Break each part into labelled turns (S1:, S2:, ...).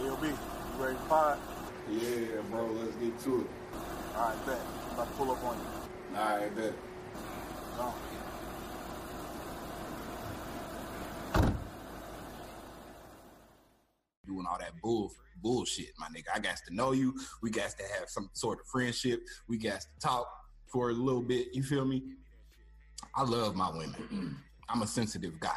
S1: OB, you ready to pod?
S2: Yeah, bro, let's get to it.
S1: All right, bet. I'm about to pull up on you.
S2: All right, bet.
S1: Go.
S3: doing all that bull bullshit, my nigga. I got to know you. We got to have some sort of friendship. We got to talk for a little bit. You feel me? I love my women. I'm a sensitive guy.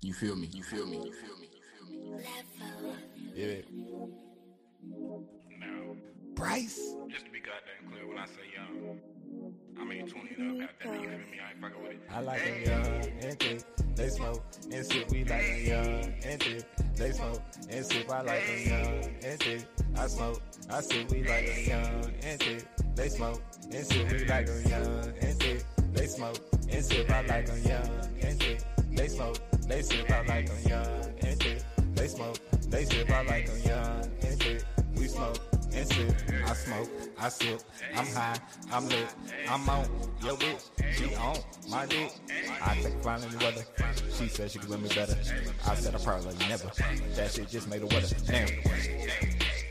S3: You feel me? You feel me? You feel me? You feel me?
S4: Yeah.
S5: Now,
S4: Bryce.
S5: just to be goddamn clear, when I say young, I mean 20 and up, goddamn, you feel me? I ain't fucking with it.
S4: I like them young and thick. They smoke and sip. We like them young and thick. They smoke and sip. I like them young and thick. I smoke. I sip. We like them young and thick. They smoke and sip. We like them young and thick. They smoke and sip. I like them young and thick. They smoke. They sip. I like them young and thick. They smoke. They sip. I like them young and thick. We smoke and sip. I smoke. I sip. I'm high. I'm lit. I'm on. Yo, bitch. She on my dick. I think finally weather. She said she could win me better. I said I probably never. That shit just made a weather. Now.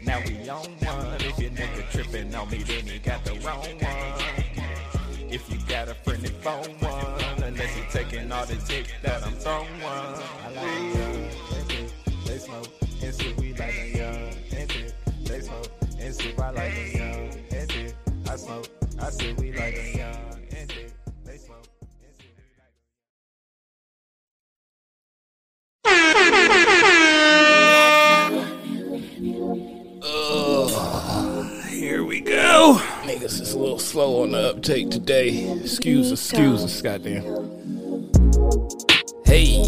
S4: Now we on one. If your nigga tripping on me, then he got the wrong one. If you got a friend that phone one, unless you taking all the dick that I'm throwing. I like them young and thick. They smoke and sip. We like them young and thick. They smoke and sip. I like them young and thick. I smoke. I sip. We like them young and thick. They smoke. and sip, we like 'em.
S6: Here we go. Niggas is a little slow on the uptake today. Excuse us, excuse us, goddamn. Hey.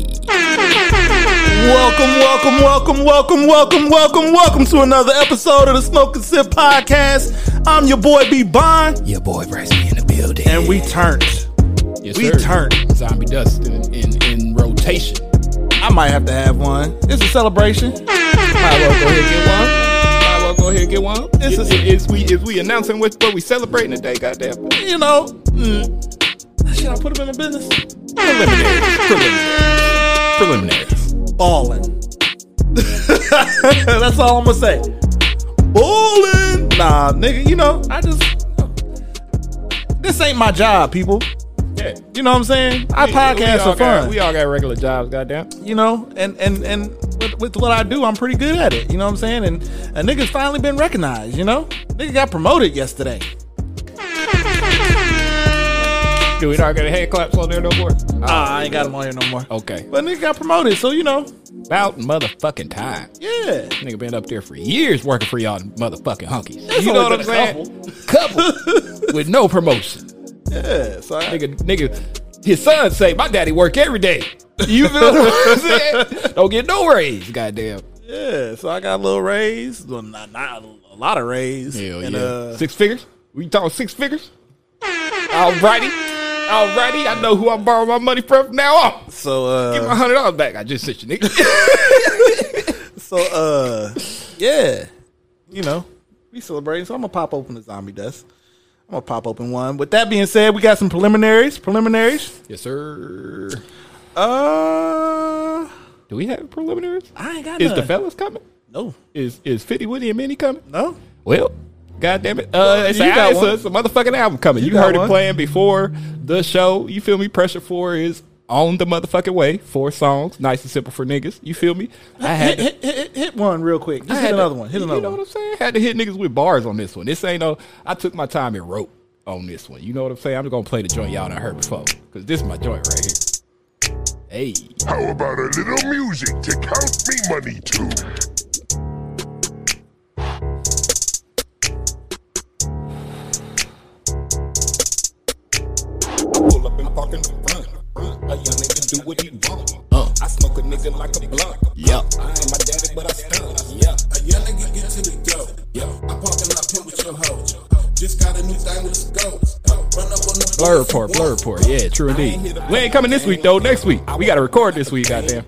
S4: Welcome, welcome, welcome, welcome, welcome, welcome, welcome to another episode of the Smoke and Sip Podcast. I'm your boy B Bond,
S6: Your boy Bryce in the building.
S4: and we turned.
S6: Yes,
S4: we
S6: sir.
S4: turned.
S6: Zombie dust in, in, in rotation.
S4: I might have to have one. It's a celebration.
S6: Might as well go ahead and get one. Might as well go ahead and get one.
S4: This
S6: Is,
S4: is-
S6: is, we, is we announcing what, what we celebrating today, goddamn.
S4: You know, mm, should I put him in the business?
S6: Preliminaries. Preliminaries. Preliminaries.
S4: Ballin'. That's all I'm gonna say. Ballin'. Nah, nigga, you know, I just this ain't my job, people.
S6: Yeah.
S4: You know what I'm saying? I
S6: We- we
S4: podcast
S6: all
S4: for
S6: got-
S4: fun.
S6: We all got regular jobs, goddamn.
S4: you know, and and and with, with what I do, I'm pretty good at it. You know what I'm saying? And a nigga's finally been recognized. You know, nigga got promoted yesterday.
S6: Do we not get a head claps on there no more?
S4: Ah, I ain't got him on here no more.
S6: Okay.
S4: But nigga got promoted, so you know,
S6: About motherfucking time.
S4: yeah.
S6: Nigga been up there for years working for y'all motherfucking hunkies.
S4: It's
S6: you know what
S4: only
S6: I'm
S4: been a
S6: saying? Couple. with no promotion.
S4: Yeah, so I,
S6: Nigga, nigga, his son say, my daddy work every day. You feel what I'm saying? Don't get no raise, goddamn.
S4: yeah, so I got a little raise. Well, not, not a lot of raise.
S6: Hell
S4: and,
S6: yeah.
S4: Uh,
S6: six figures? We talking six figures? Alrighty. Alrighty. I know who I'm borrowing my money from from now on.
S4: so
S6: Give my
S4: uh,
S6: hundred dollars back. I just sent you, nigga.
S4: so uh, yeah, you know, we celebrating. So I'm gonna pop open the zombie dust. I'm gonna pop open one. With that being said, we got some preliminaries. Preliminaries.
S6: yes, sir.
S4: Uh,
S6: Do we have preliminaries?
S4: I ain't got
S6: Is the
S4: none.
S6: fellas coming?
S4: no,
S6: Is is Fifty Woody and Minnie coming?
S4: no.
S6: Well, God damn it! Uh, it's,
S4: you
S6: a,
S4: got
S6: it's, a,
S4: one.
S6: it's a motherfucking album coming. You,
S4: got
S6: heard
S4: one.
S6: it playing before the show. You feel me? Pressure Four is on the motherfucking way. Four songs, nice and simple for niggas. You feel me? I had
S4: Hit,
S6: to,
S4: hit, hit, hit- hit one real quick.
S6: I
S4: Just
S6: had
S4: hit
S6: to-
S4: another one. Hit
S6: you
S4: another
S6: know
S4: one.
S6: what I'm saying? Had to hit niggas with bars on this one. This ain't no. I took my time and wrote on this one. You know what I'm saying? I'm gonna play the joint y'all done heard before because this is my joint right here. Hey,
S7: How about a little music to count me money to?
S8: Pull up and park in the front. A young nigga do what he want. Uh, I smoke a nigga like a blunt. Yeah. I ain't my daddy, but I stunt. Yeah. A young nigga get to the go. Yeah. I park in my pit with your hoe. Just got a new thing with a scope. Run up on the
S6: blur report, blur report. Yeah, true indeed. We ain't coming this week though. Next week we gotta record this week. Goddamn.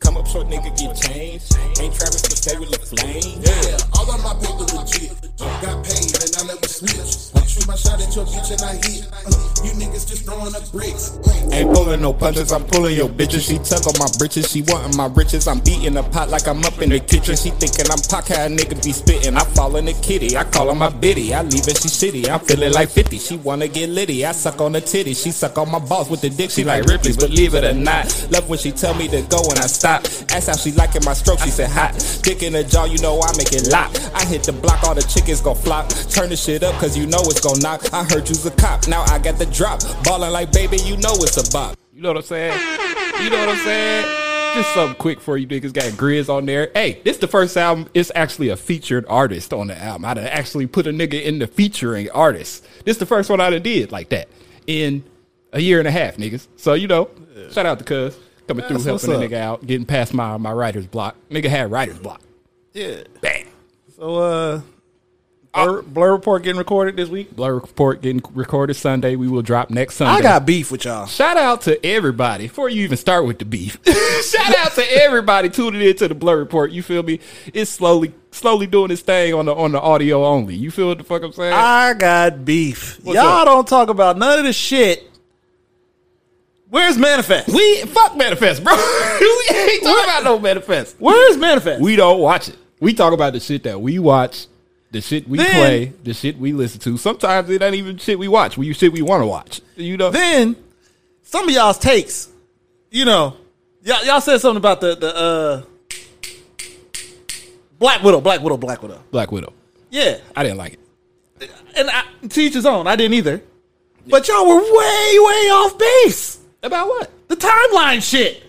S8: Come up short, nigga, get changed. Ain't Travis to stay with the flame. Yeah, all of my paper legit. Got paid and I never snitch. I treat my
S9: shot at your bitch and I hit. Uh, you niggas just throwing up bricks.
S6: Ain't pulling no punches, I'm pulling your bitches. She tug on my britches, she wantin' my riches. I'm beating the pot like I'm up in the kitchen. She thinking I'm pop, how a nigga be spittin'. I fall in the kitty, I call her my bitty. I leave her, she shitty. I'm feeling like 50. She wanna get litty, I suck on the titty. She suck on my balls with the dick. She like Ripley's, believe it or not. Love when she tell me to go and I stop. Ask how she liking my stroke, she said hot. Dick in the jaw, you know I make it lock. I hit the block, all the chickens gon' flop. Turn the shit up, cause you know it's gon' knock. I heard you's a cop, now I got the drop. Ballin' like baby, you know it's a bop. You know what I'm saying? You know what I'm saying? Just something quick for you niggas. Got Grizz on there. Hey, this the first album. It's actually a featured artist on the album. I done actually put a nigga in the featuring artist. This the first one I done did like that in a year and a half, niggas. So you know, shout out to Cuz coming through,
S10: That's what's
S6: helping the
S10: up.
S6: nigga out, getting past my my writer's block. Nigga had writer's block.
S10: Yeah.
S6: Bang. Ah.
S10: So uh, blur, blur report getting recorded this week.
S6: Blur report getting recorded Sunday. We will drop next Sunday.
S10: I got beef with y'all.
S6: Shout out to everybody before you even start with the beef. Shout out to everybody tuning in to the Blur Report. You feel me? It's slowly, slowly doing its thing on the on the audio only. You feel what the fuck I'm saying?
S10: I got beef.
S6: What's
S10: y'all
S6: up?
S10: don't talk about none of this shit. Where's manifest?
S6: we fuck manifest, bro. we ain't talking about no manifest.
S10: Where's manifest?
S6: We don't watch it. We talk about the shit that we watch, the shit we
S10: Then-
S6: play, the shit we listen to. Sometimes it ain't even shit we watch. We shit we want to watch. You know?
S10: then some of y'all's takes, you know, y'all, y'all said something about the the uh, Black Widow, Black Widow, Black Widow.
S6: Black Widow.
S10: Yeah,
S6: I didn't like it.
S10: and I, to each his own. I didn't either, but y'all were way way off base.
S6: About what?
S10: The timeline shit.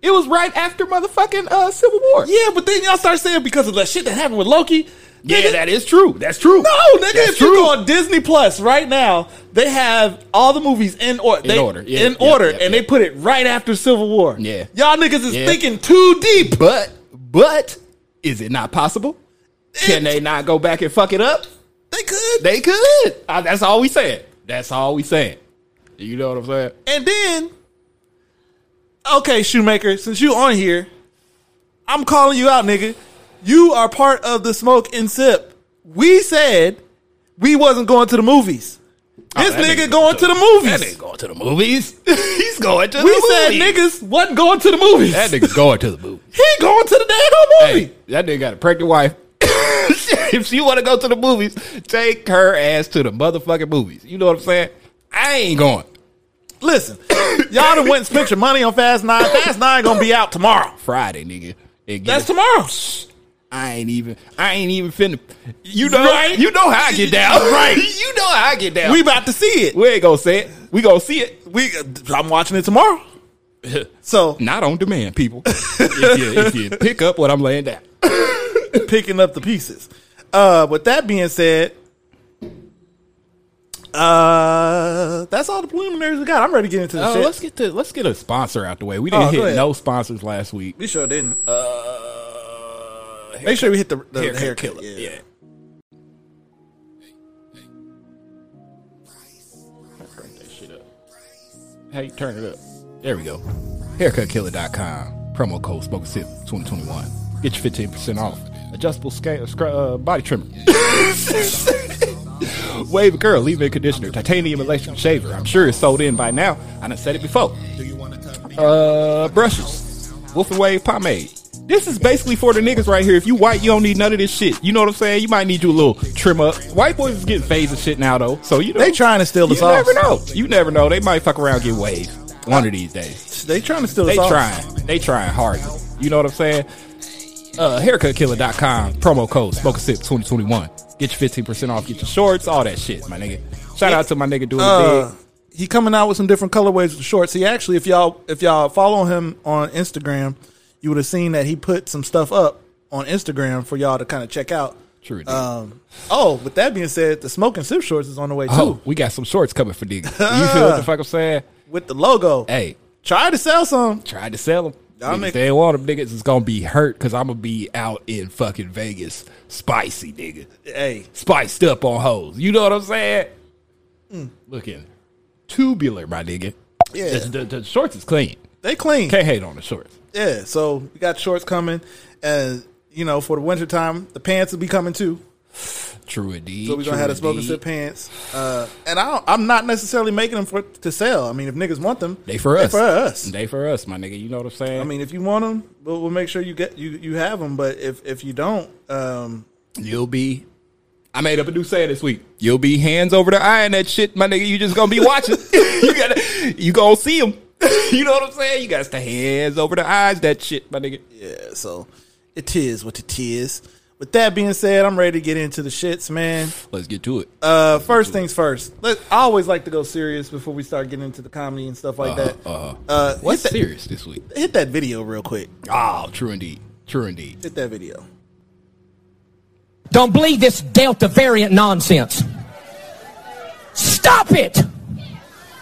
S6: It was right after motherfucking uh, Civil War.
S10: Yeah, but then y'all start saying because of that shit that happened with Loki.
S6: Yeah,
S10: nigga,
S6: that is true. That's true.
S10: No, nigga,
S6: That's
S10: if you go on Disney Plus right now, they have all the movies in, or- they,
S6: order, yeah,
S10: in
S6: yeah,
S10: order,
S6: yeah,
S10: and
S6: yeah.
S10: they put it right after Civil War.
S6: Yeah.
S10: y'all niggas is
S6: Yeah.
S10: thinking too deep.
S6: But but is it not possible? Can they not go back and fuck it up?
S10: They could.
S6: They could. Uh, that's all we saying. That's all we saying. You know what I'm saying?
S10: and then, okay, Shoemaker, since you on here, I'm calling you out, nigga. You are part of the smoke and sip. We said we wasn't going to the movies. This
S6: Oh, that
S10: nigga,
S6: nigga
S10: going to the
S6: That
S10: movies.
S6: nigga going to the movies. He's going to
S10: we
S6: the
S10: said
S6: movies.
S10: niggas wasn't going to the movies.
S6: That nigga going to the movies.
S10: He going to the damn old movie.
S6: Hey, that nigga got a pregnant wife. if she want to go to the movies, take her ass to the motherfucking movies. You know what I'm saying? I ain't going.
S10: Listen, y'all done went and spent your money on Fast Nine. Fast Nine gonna be out tomorrow.
S6: Friday, nigga. And get
S10: That's
S6: a-
S10: tomorrow.
S6: I ain't even. I ain't even finna. You know.
S10: Right.
S6: You know how I get down.
S10: Right.
S6: You know how I get down.
S10: We
S6: We,
S10: about to see it.
S6: we ain't gonna say it. We gonna see it.
S10: We, I'm watching it tomorrow. So
S6: Not on demand, people. if, you, if you pick up what I'm laying down,
S10: picking up the pieces. Uh, with that being said, uh, that's all the preliminaries we got. I'm ready to get into the
S6: Uh,
S10: shit.
S6: let's get to let's get a sponsor out the way. We didn't
S10: Oh, go
S6: hit
S10: ahead.
S6: no sponsors last week.
S10: we sure didn't. Uh, make sure we hit the, the hair, killer. Yeah.
S6: Hey, turn it up. There we go. HaircutKiller.com. Promo code Smoke Sip 2021. Get your 15% off. Adjustable scale, scr- uh, body trimmer. Wave curl, leave-in conditioner, titanium electric shaver. I'm sure it's sold in by now. I done said it before. Uh, brushes, Wolf and Wave pomade. This is basically for the niggas right here. If you white, you don't need none of this shit. You know what I'm saying? You might need you a little trim up. White boys is getting phased and shit now though, so you know
S10: They trying to steal the
S6: you
S10: sauce.
S6: never know. You never know. They might fuck around and get waved one of these days.
S10: They trying to steal
S6: They
S10: us all.
S6: trying. They trying hard. You know what I'm saying? Uh, haircutkiller.com promo code smoke a sip 2021. Get your 15% off. Get your shorts. All that shit, my nigga. Shout out to my nigga doing
S10: uh,
S6: the
S10: he coming out with some different colorways with the shorts. He actually, if y'all if y'all follow him on Instagram, you would have seen that he put some stuff up on Instagram for y'all to kind of check out.
S6: big. True. dude.
S10: Um, oh, with that being said, the smoke and sip shorts is on the way too
S6: oh, we got some shorts coming for niggas. You feel what the fuck I'm saying?
S10: with the logo.
S6: Hey,
S10: Try to sell some.
S6: tried to sell them.
S10: Y'all
S6: Niggas,
S10: make-
S6: they want them niggas. It's gonna be hurt because I'm gonna be out in fucking Vegas, spicy nigga,
S10: Hey,
S6: spiced up on hoes. You know what I'm saying? Looking tubular, my nigga.
S10: Mm. Yeah.
S6: the, the- the shorts is clean.
S10: they clean.
S6: Can't hate on the shorts.
S10: Yeah, so we got shorts coming, and you know for the wintertime, the pants will be coming too.
S6: True indeed.
S10: So we're gonna
S6: true
S10: have the smoking
S6: indeed.
S10: sip pants. Uh, and I don't, I'm not necessarily making them for to sell. I mean, if niggas want them,
S6: They for
S10: they
S6: us.
S10: for us.
S6: They for us, my nigga. You know what I'm saying?
S10: I mean, if you want them, we'll, we'll make sure you get you you have them. But if if you don't, um,
S6: you'll be. I made up a new saying this week. You'll be hands over the eye in that shit, my nigga. You just gonna be watching. you gotta, you gonna see them. you know what I'm saying? You got to hands over the eyes that shit, my nigga.
S10: yeah. So it is what it is. With that being said, I'm ready to get into the shits, man.
S6: Let's get to it.
S10: Uh, first things first. Let, I always like to go serious before we start getting into the comedy and stuff like that.
S6: Uh,
S10: Uh,
S6: what's
S10: hit that,
S6: serious this week?
S10: hit that video real quick.
S6: Oh, true indeed. True indeed.
S10: Hit that video.
S11: Don't believe this Delta variant nonsense. Stop it.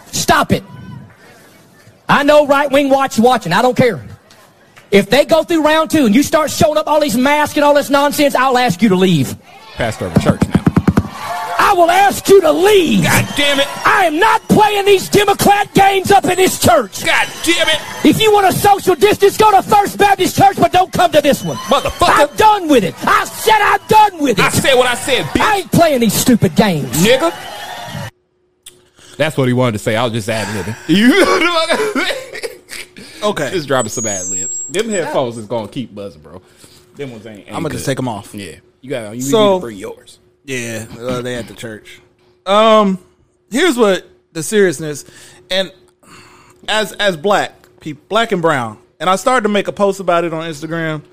S11: Stop it. I know right wing watch watching. I don't care. If they go through round two and you start showing up all these masks and all this nonsense, I'll ask you to leave.
S6: Pastor of a church now.
S11: I will ask you to leave.
S6: God damn it.
S11: I am not playing these Democrat games up in this church.
S6: God damn it.
S11: If you want a social distance, go to First Baptist Church, but don't come to this one.
S6: Motherfucker.
S11: I'm done with it. I said I'm done with it.
S6: I said what I said,
S11: I
S6: bitch.
S11: ain't playing these stupid games.
S6: nigga. That's what he wanted to say. I was just ad libbing. You know what I'm
S10: Okay,
S6: Just dropping some ad libs. Them headphones is gonna keep buzzing, bro. Them ones ain't. ain't
S10: I'm gonna just take them off.
S6: Yeah, you got. You
S10: So-
S6: need to bring yours.
S10: Yeah, uh, they at the church. Um, here's what the seriousness, and as as black people, black and brown, and I started to make a post about it on Instagram.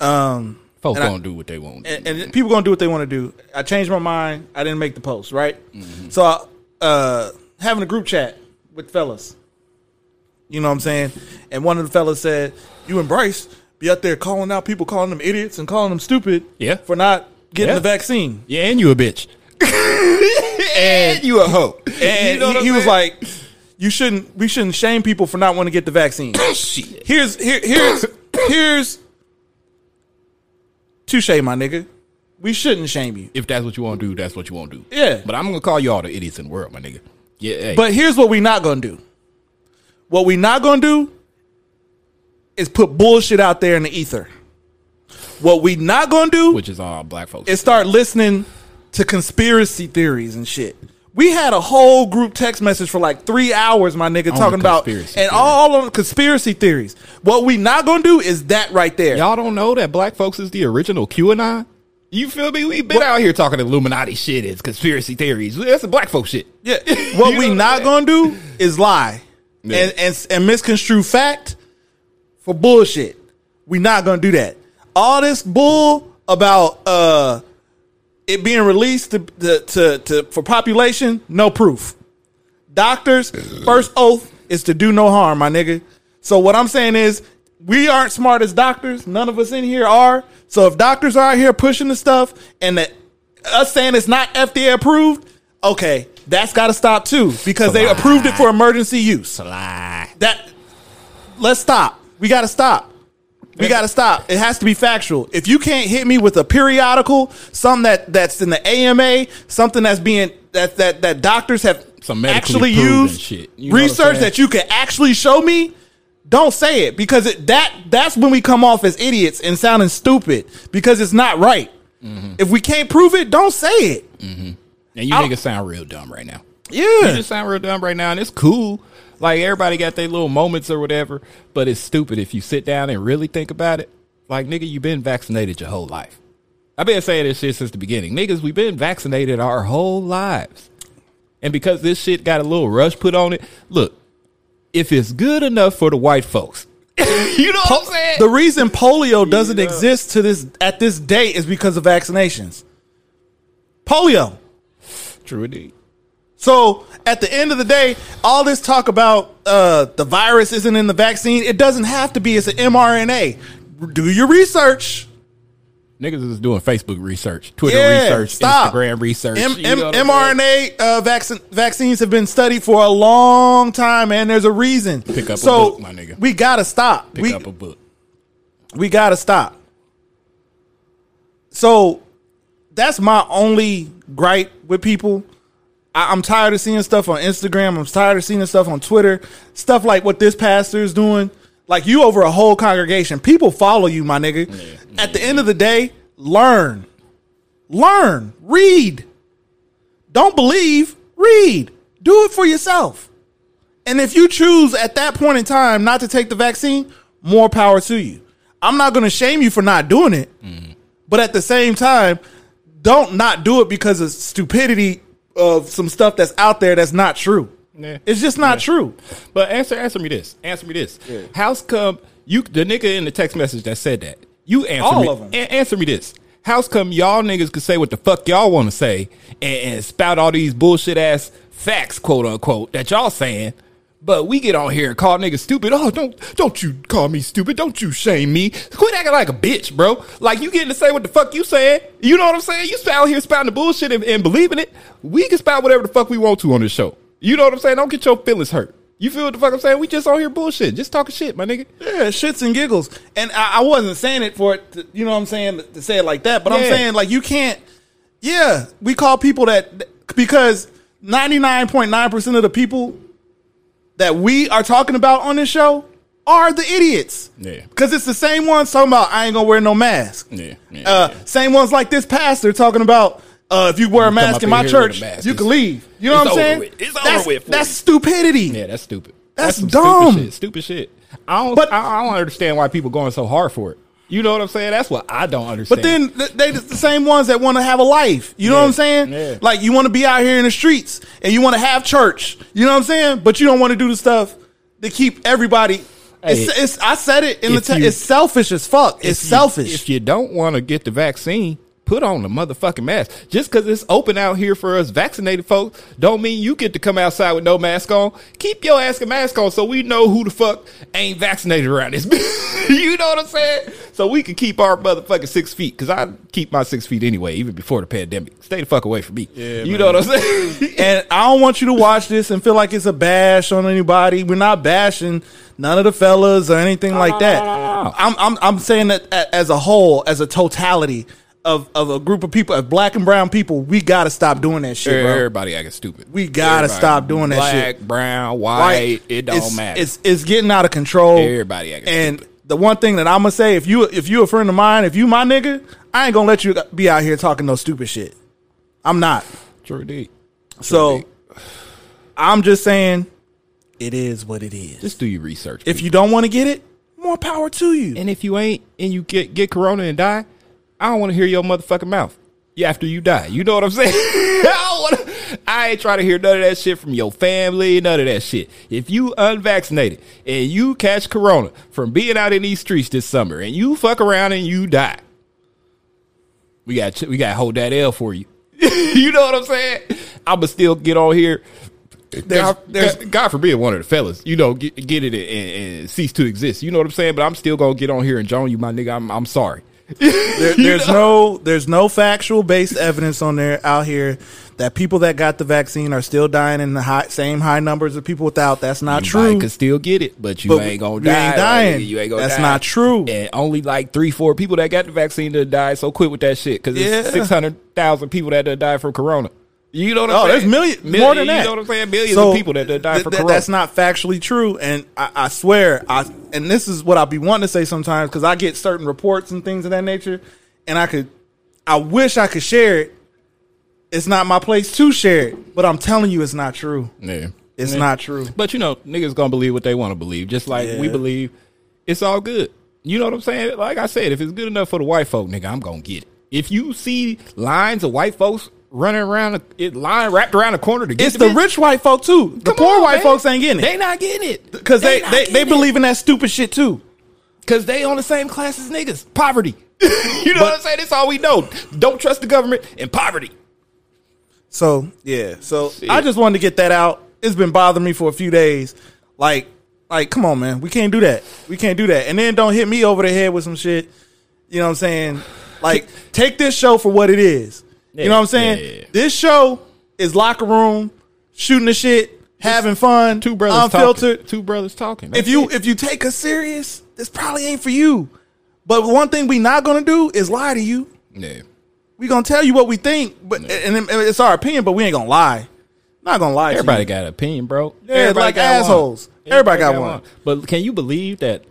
S10: Um,
S6: Folks
S10: And I-
S6: gonna do what they want.
S10: and, and people gonna do what they want to do. I changed my mind. I didn't make the post, right? So, I, uh, having a group chat with fellas, you know what I'm saying? And one of the fellas said, "You and Bryce be out there calling out people, calling them idiots and calling them stupid,
S6: Yeah.
S10: for not getting
S6: Yeah.
S10: the vaccine."
S6: yeah, and you a bitch. and you a hoe.
S10: And
S6: You know what
S10: he,
S6: I'm
S10: he was
S6: saying?
S10: like, "You shouldn't. We shouldn't shame people for not wanting to get the vaccine."
S6: Shit.
S10: Here's here here's here's touche, my nigga. We shouldn't shame you.
S6: If that's what you want to do, that's what you want to do.
S10: Yeah.
S6: But I'm gonna call you all the idiots in the world, my nigga. Yeah. Hey.
S10: But here's what we not gonna do. What we not gonna do is put bullshit out there in the ether. What we not gonna do
S6: which is all black folks.
S10: is start listening to conspiracy theories and shit. We had a whole group text message for like three hours, my nigga, talking about and
S6: conspiracy theories.
S10: all on conspiracy theories. What we not gonna do is that right there.
S6: Y'all don't know that black folks is the original QAnon? You feel me? We've been out here talking Illuminati shit and conspiracy theories. That's the black folk shit.
S10: Yeah.
S6: You
S10: What
S6: know
S10: we
S6: I'm
S10: not
S6: saying?
S10: gonna do is lie and, and and misconstrue fact for bullshit. We not gonna do that. All this bull about uh it being released to to to, to for population, no proof. Doctors, first oath is to do no harm, my nigga. So what I'm saying is we aren't smart as doctors. None of us in here are. So if doctors are out here pushing the stuff and that us saying it's not FDA approved, okay, that's got to stop too because they approved it for emergency use.
S6: lie.
S10: That let's stop. We got to stop. We got to stop. It has to be factual. If you can't hit me with a periodical, something that that's in the AMA, something that's being that that that doctors have
S6: Some medically
S10: actually
S6: proven
S10: used
S6: shit. You know what I'm
S10: research
S6: saying?
S10: that you can actually show me, don't say it because it, that that's when we come off as idiots and sounding stupid because it's not right.
S6: Mm-hmm.
S10: If we can't prove it, don't say it.
S6: And you
S10: I-
S6: niggas sound real dumb right now.
S10: Yeah.
S6: You just sound real dumb right now, and it's cool. Like everybody got their little moments or whatever, but it's stupid if you sit down and really think about it. Like nigga, you've been vaccinated your whole life. I've been saying this shit since the beginning. Niggas, we've been vaccinated our whole lives. And because this shit got a little rush put on it, look, if it's good enough for the white folks, you know what I'm saying?
S10: The reason polio doesn't exist to this at this day is because of vaccinations. Polio.
S6: True indeed.
S10: So at the end of the day, all this talk about uh, the virus isn't in the vaccine, it doesn't have to be. It's an mRNA. Do your research.
S6: Niggas is doing Facebook research, Twitter
S10: Yeah,
S6: research,
S10: stop.
S6: Instagram research.
S10: M-
S6: you
S10: M-
S6: know what I'm saying?
S10: mRNA uh, vaccine vaccines have been studied for a long time, and there's a reason.
S6: Pick up a
S10: so
S6: book, my nigga.
S10: We gotta stop.
S6: Pick
S10: we,
S6: up a book.
S10: we gotta stop. So that's my only gripe with people. I, I'm tired of seeing stuff on Instagram. I'm tired of seeing stuff on Twitter. Stuff like what this pastor is doing. Like you over a whole congregation. People follow you, my nigga. At the end of the day, learn. Learn, read. Don't believe, read. Do it for yourself. And if you choose at that point in time not to take the vaccine, more power to you. I'm not going to shame you for not doing it. But at the same time, don't not do it because of stupidity of some stuff that's out there that's not true. It's just not true.
S6: But answer answer me this. Answer me this. How's come you the nigga in the text message that said that? You answer
S10: All
S6: me.
S10: of 'em.
S6: a- answer me this. How's come y'all niggas could say what the fuck y'all want to say and, and spout all these bullshit ass facts, quote unquote, that y'all saying? But we get on here and call niggas stupid. Oh, don't don't you call me stupid. Don't you shame me. Quit acting like a bitch, bro. Like you getting to say what the fuck you saying. You know what I'm saying? You out here spouting the bullshit and, and believing it. We can spout whatever the fuck we want to on this show. You know what I'm saying? Don't get your feelings hurt. You feel what the fuck I'm saying? We just on here bullshit. Just talking shit, my nigga.
S10: Yeah, shits and giggles. And I, I wasn't saying it for it. To, you know what I'm saying to say it like that. But I'm
S6: Yeah.
S10: saying like you can't. Yeah, we call people that because 99.9 percent of the people that we are talking about on this show are the idiots.
S6: Yeah.
S10: Because it's the same ones talking about I ain't gonna wear no mask.
S6: Yeah.
S10: uh, Same ones like this pastor talking about uh, if you wear a
S6: come
S10: mask
S6: up
S10: in
S6: in
S10: my
S6: here
S10: church,
S6: with a mask.
S10: you can leave. You know what
S6: It's
S10: I'm
S6: over
S10: saying?
S6: with. It's over
S10: that's,
S6: with for
S10: That's
S6: you.
S10: stupidity.
S6: Yeah, that's stupid.
S10: That's
S6: some
S10: dumb.
S6: Stupid shit. Stupid shit. I don't. But, I, I don't understand why people going so hard for it. You know what I'm saying? That's what I don't understand.
S10: But then th- they just the same ones that want to have a life. You know what I'm saying?
S6: yeah.
S10: Like you want to be out here in the streets and you want to have church. You know what I'm saying? But you don't want to do the stuff to keep everybody.
S6: Hey,
S10: it's, it's, I said it in the.
S6: if
S10: Te-
S6: you-
S10: it's selfish as fuck. It's
S6: if you-
S10: selfish.
S6: If you don't want to get the vaccine, put on the motherfucking mask. Just because it's open out here for us vaccinated folks, don't mean you get to come outside with no mask on. Keep your ass and mask on so we know who the fuck ain't vaccinated around this. bitch. you know what I'm saying? So we can keep our motherfucking six feet. Because I keep my six feet anyway, even before the pandemic. Stay the fuck away from me. you know what I'm saying?
S10: and I don't want you to watch this and feel like it's a bash on anybody. We're not bashing none of the fellas or anything like that. I'm I'm I'm saying that a- as a whole, as a totality of of a group of people, of black and brown people, we gotta stop doing that shit, bro.
S6: Everybody acting stupid.
S10: We gotta
S6: Everybody.
S10: stop doing that
S6: Black,
S10: shit.
S6: brown, white, it don't
S10: it's,
S6: matter.
S10: It's it's getting out of control.
S6: Everybody acting
S10: and the one thing that I'm gonna say, if you if you a friend of mine, if you my nigga, I ain't gonna let you be out here talking no stupid shit. I'm not.
S6: True D.
S10: So I'm just saying, it is what it is.
S6: Just do your research.
S10: If you don't want to get it, more power to you.
S6: And if you ain't and you get get corona and die, I don't want to hear your motherfucking mouth. Yeah, after you die. You know what I'm saying? I, don't wanna, I ain't trying to hear none of that shit from your family, none of that shit. If you unvaccinated and you catch corona from being out in these streets this summer and you fuck around and you die, we got we got to hold that L for you. you know what I'm saying? I'ma still get on here. God, God forbid one of the fellas, you know, get, get it and, and cease to exist. You know what I'm saying? But I'm still gonna get on here and join you, my nigga. I'm I'm sorry.
S10: There- there's no there's no factual based evidence on there out here that people that got the vaccine are still dying in the high, same high numbers of people without. That's not true.
S6: could still get it, but you
S10: But
S6: ain't gonna
S10: you
S6: die.
S10: ain't dying.
S6: You ain't gonna
S10: That's
S6: die.
S10: not true.
S6: And only like three, four people that got the vaccine that died. So quit with that shit because
S10: Yeah.
S6: it's six hundred thousand people that done died from corona. You know what I'm
S10: oh,
S6: saying?
S10: there's million,
S6: Million-
S10: more than that.
S6: You know what I'm saying? Millions
S10: So,
S6: of people that done died
S10: th-
S6: from
S10: th-
S6: corona.
S10: That's not factually true, and I, I swear, I and this is what I be wanting to say sometimes because I get certain reports and things of that nature, and I could, I wish I could share it. It's not my place to share it, but I'm telling you, it's not true.
S6: Yeah.
S10: It's
S6: Yeah.
S10: not true.
S6: But you know, niggas gonna believe what they want to believe. Just like we
S10: Yeah.
S6: believe, it's all good. You know what I'm saying? Like I said, if it's good enough for the white folk, nigga, I'm gonna get it. If you see lines of white folks running around, the- it line wrapped around the corner to get
S10: It's the
S6: bitch,
S10: rich white folk too. The
S6: Come
S10: poor
S6: on,
S10: white
S6: man.
S10: folks ain't getting
S6: They
S10: it
S6: not getting it
S10: because they
S6: not
S10: they,
S6: getting
S10: they
S6: it.
S10: believe in that stupid shit too.
S6: Cause they on the same class as niggas. Poverty. you know what I'm saying? That's all we know. Don't trust the government and poverty.
S10: So yeah, so I just wanted to get that out. It's been bothering me for a few days. Like, like, come on, man, we can't do that. We can't do that. And then don't hit me over the head with some shit. You know what I'm saying? Like, take this show for what it is. you know what I'm saying?
S6: Yeah.
S10: This show is locker room, shooting the shit, having fun,
S6: Two brothers
S10: unfiltered.
S6: talking. Two brothers talking.
S10: If you if you take us serious, this probably ain't for you. But one thing we not gonna do is lie to you
S6: yeah.
S10: we gonna tell you what we think, but and, and it's our opinion, but we ain't gonna lie. Not gonna lie.
S6: Everybody
S10: to
S6: got an opinion, bro.
S10: Yeah, like assholes. Everybody got one.
S6: But can you believe that